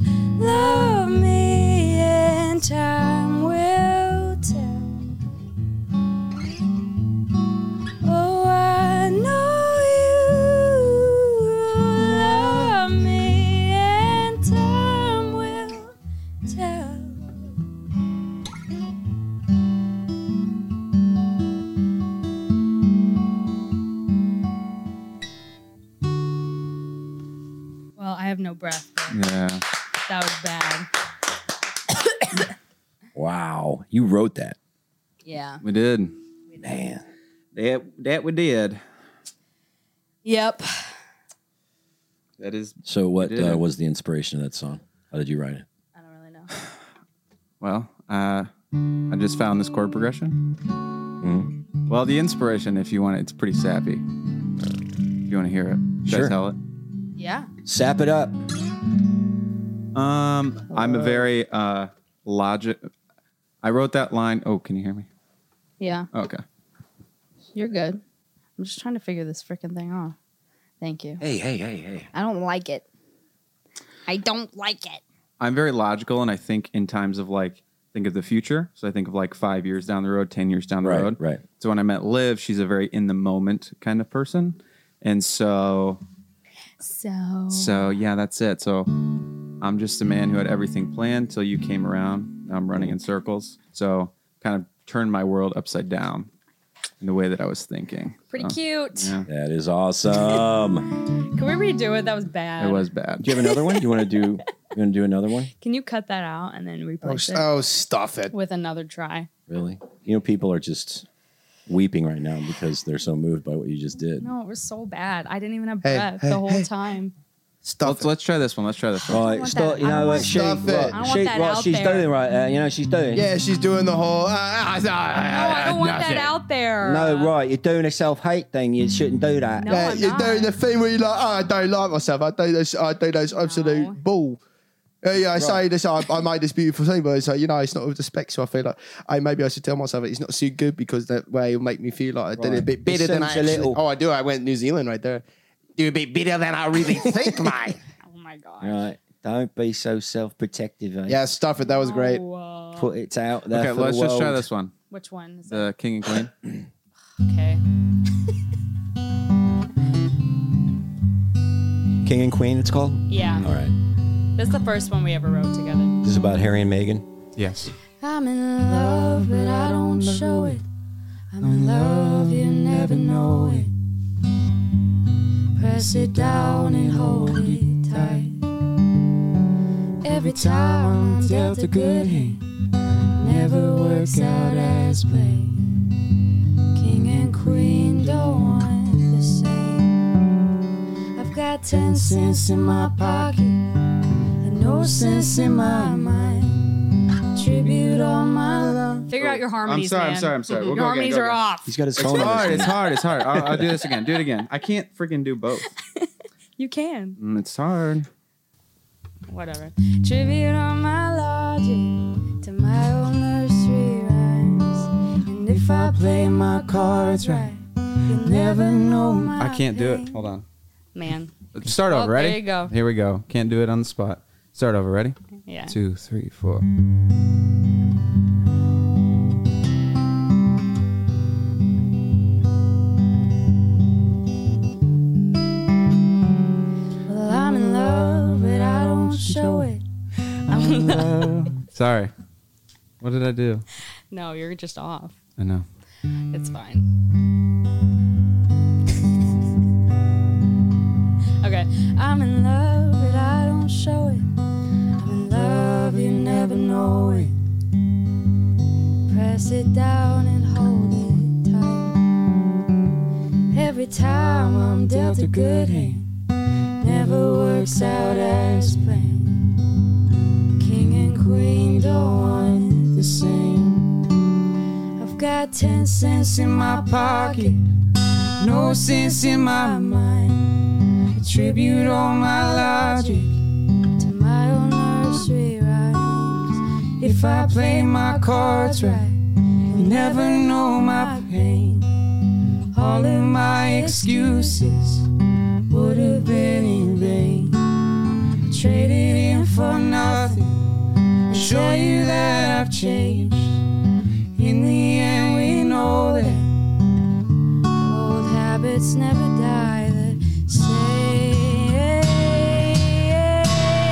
you love me, and time will tell. Oh, I know you love me, and time will tell.
Well, I have no breath. but
Yeah.
That was bad.
Wow, you wrote that.
Yeah.
We did.
Man.
That that we did.
Yep.
That is
So what
You did
uh,
it.
was the inspiration of that song? How did you write it?
I don't really know.
well, uh I just found this chord progression.
Mhm.
Well, the inspiration, if you want it, it's pretty sappy. You want to hear it? Should I
Sure.
tell it?
Yeah.
Sap it up.
Um, I'm a very uh logic. I wrote that line. Oh, can you hear me?
Yeah.
Okay.
You're good. I'm just trying to figure this freaking thing out. Thank you.
Hey, hey, hey, hey.
I don't like it. I don't like it.
I'm very logical, and I think in times of like think of the future. So I think of like five years down the road, ten years down the
Right,
road.
right.
So when I met Liv, she's a very in the moment kind of person, and so
So,
so yeah, that's it. So I'm just a man who had everything planned till you came around. Now I'm running in circles. So kind of turned my world upside down in the way that I was thinking.
pretty
So,
cute.
Yeah,
That is awesome.
Can we redo it? That was bad.
it was bad.
do you have another one? You want to do? You want to do another one?
Can you cut that out and then
Oh,
replace
s-
it
oh, stuff it.
with another try?
Really? You know, people are just weeping right now because they're so moved by what you just did.
No, it was so bad. I didn't even have
Hey,
breath
hey,
the whole
hey.
time.
Stuff
Let's
it.
let's try this one. Let's try this one.
All
want
right,
that.
Oh, stop. You
I don't
know
want
what? She,
that. Stop it. I
well,
don't
she,
want that
well,
out
she's
there.
doing right. Uh, you know, she's doing.
Yeah, she's doing the whole. Uh,
No, I don't want that out there.
No, right. You're doing a self-hate thing. You shouldn't do that.
No, I'm
you're
not.
doing the thing where you're like, oh, I don't like myself. I do this. I do this absolute
No.
bull. Yeah, yeah. I say this. I, I made this beautiful thing, but it's like you know, it's not with the specs. So I feel like, hey, maybe I should tell myself it's not so good because that way it'll make me feel like I did it a bit
It
better than I
seems a
actually.
little-
Oh, I do. I went to New Zealand right there. Do a bit better than I really think, mate.
Oh my god.
Right. Don't be so self-protective. eh?
Yeah, stuff it. That was great.
Oh, uh,
Put it out there.
Okay,
for
let's
the
just try
world.
this one.
which one? Is
The king and queen.
it? Okay.
King and Queen. It's called.
Yeah.
All right.
This is the first one we ever wrote together.
This is about Harry and Meghan.
Yes.
I'm in love, but I don't show it. I'm in love, you never know it. Press it down and hold it tight. Every time I'm dealt a good hand, never works out as planned. King and queen don't want the same. I've got ten cents in my pocket and no sense in my mind. Tribute all my love.
Figure out your harmonies.
sorry, Oh, I'm
man.
sorry, I'm sorry. We'll
your
go again,
harmonies
go
are
again.
off.
He's got his
It's
phone. in
hard.
his
It's
hand.
hard. It's hard. I'll, I'll do this again. Do it again. I can't freaking do both.
You can.
Mm, It's hard.
Whatever.
Tribute on my logic to my old nursery rhymes. And if I play my cards right, you'll never know my
I can't do it.
pain.
Hold on.
Man.
Start
Oh,
over. Ready?
there you go.
Here we go. Can't do it on the spot. Start over. Ready?
Yeah.
Two, three, four. Sorry. What did I do?
No, you're just off.
I know.
It's fine. okay.
I'm in love, but I don't show it. I'm in love, you never know it. Press it down and hold it tight. Every time I'm dealt a good hand, never works out as planned. King and queen don't want it the same. I've got ten cents in my pocket, no sense in my mind attribute all my logic to my own nursery rhymes. If I play my cards right, you never know my pain. All of my excuses would have been in vain. I traded in for nothing. I show you that I've changed. In the end, we know that old habits never die that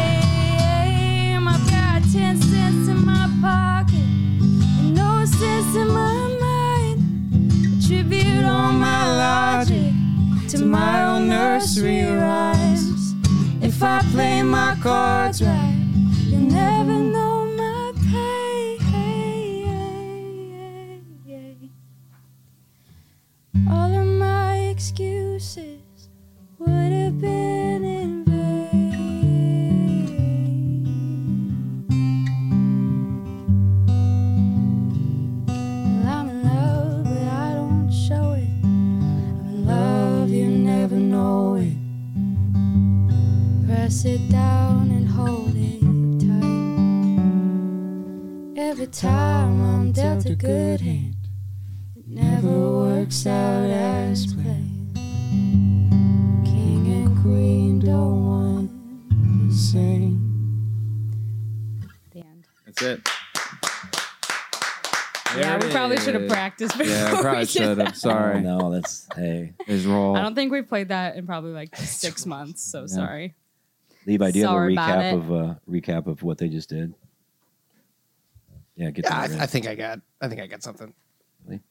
same. I've got ten cents in my pocket and no sense in my mind. Attribute all my logic to my own nursery rhymes. If I play my cards right, you never know my pain. All of my excuses would have been in vain. Well, I'm in love, but I don't show it. I'm in love, you never know it. Press it down and hold it tight. Every time I'm dealt a good hand, it never works out as planned. King and queen don't want the same.
The end.
That's it.
yeah, we probably should have practiced before
Yeah, I
we
probably
did
should
that.
have. Sorry.
Oh, no, that's hey.
His roll.
I don't think we played that in probably like six months. So sorry.
Levi, do you have a
Sorry about
recap
it.
of uh, recap of what they just did? Yeah, get
Yeah,
that
I,
ready.
I think I got. I think I got something.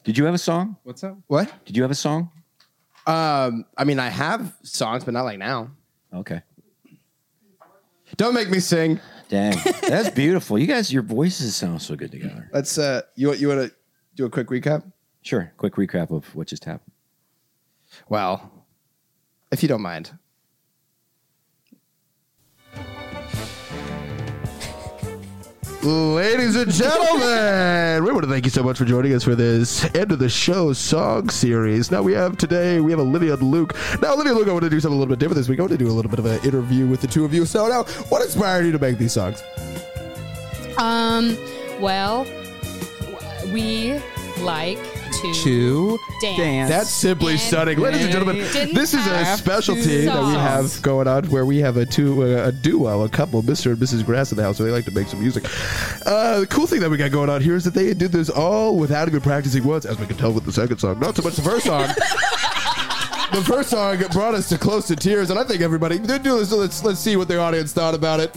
Did you have a song?
What's up?
What?
Did you have a song?
Um, I mean, I have songs, but not like now.
Okay.
Don't make me sing.
Dang, that's beautiful. You guys, your voices sound so good together.
Let's. Uh, you you want to do a quick recap?
Sure. Quick recap of what just happened.
Well, if you don't mind. Ladies and gentlemen, we want to thank you so much for joining us for this end of the show song series. Now we have today, we have Olivia and Luke. Now, Olivia and Luke, I want to do something a little bit different this week. I want to do a little bit of an interview with the two of you. So, now, what inspired you to make these songs?
Um, well, w- we like to,
Two.
dance.
Dance.
That's simply
And
stunning, ladies and gentlemen.
didn't
This is a
have
specialty that we
songs.
have going on, where we have a two, uh, a duo, a couple, Mr. and Mrs. Grass in the house, where they like to make some music. Uh, the cool thing that we got going on here is that they did this all without even practicing once, as we can tell with the second song. Not so much the first song. The first song brought us to close to tears, and I think everybody. They're doing this, so let's let's see what the audience thought about it.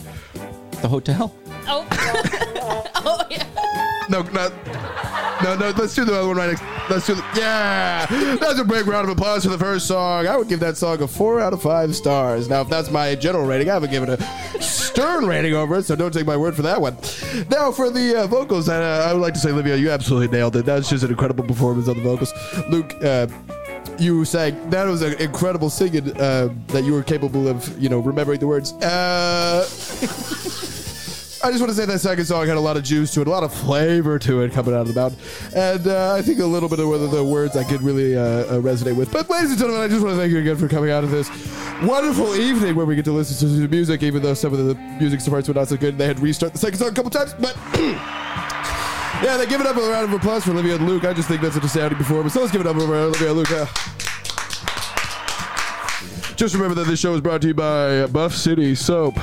The hotel.
Oh, oh yeah.
No, not. No, no, let's do the other one right next. Let's do the. Yeah! That's a big round of applause for the first song. I would give that song a four out of five stars. Now, if that's my general rating, I would give it a stern rating over it, so don't take my word for that one. Now, for the uh, vocals, uh, I would like to say, Livia, you absolutely nailed it. That's just an incredible performance on the vocals. Luke, uh, you sang. That was an incredible singing uh, that you were capable of, you know, remembering the words. Uh. I just want to say that second song had a lot of juice to it, a lot of flavor to it coming out of the mountain. And uh, I think a little bit of one of the words I could really uh, uh, resonate with. But, ladies and gentlemen, I just want to thank you again for coming out of this wonderful evening where we get to listen to the music, even though some of the music parts were not so good. They had to restart the second song a couple times. But, yeah, they give it up a round of applause for Olivia and Luke. I just think that's an astounding performance. So let's give it up for Olivia and Luke. Uh, just remember that this show is brought to you by Buff City Soap.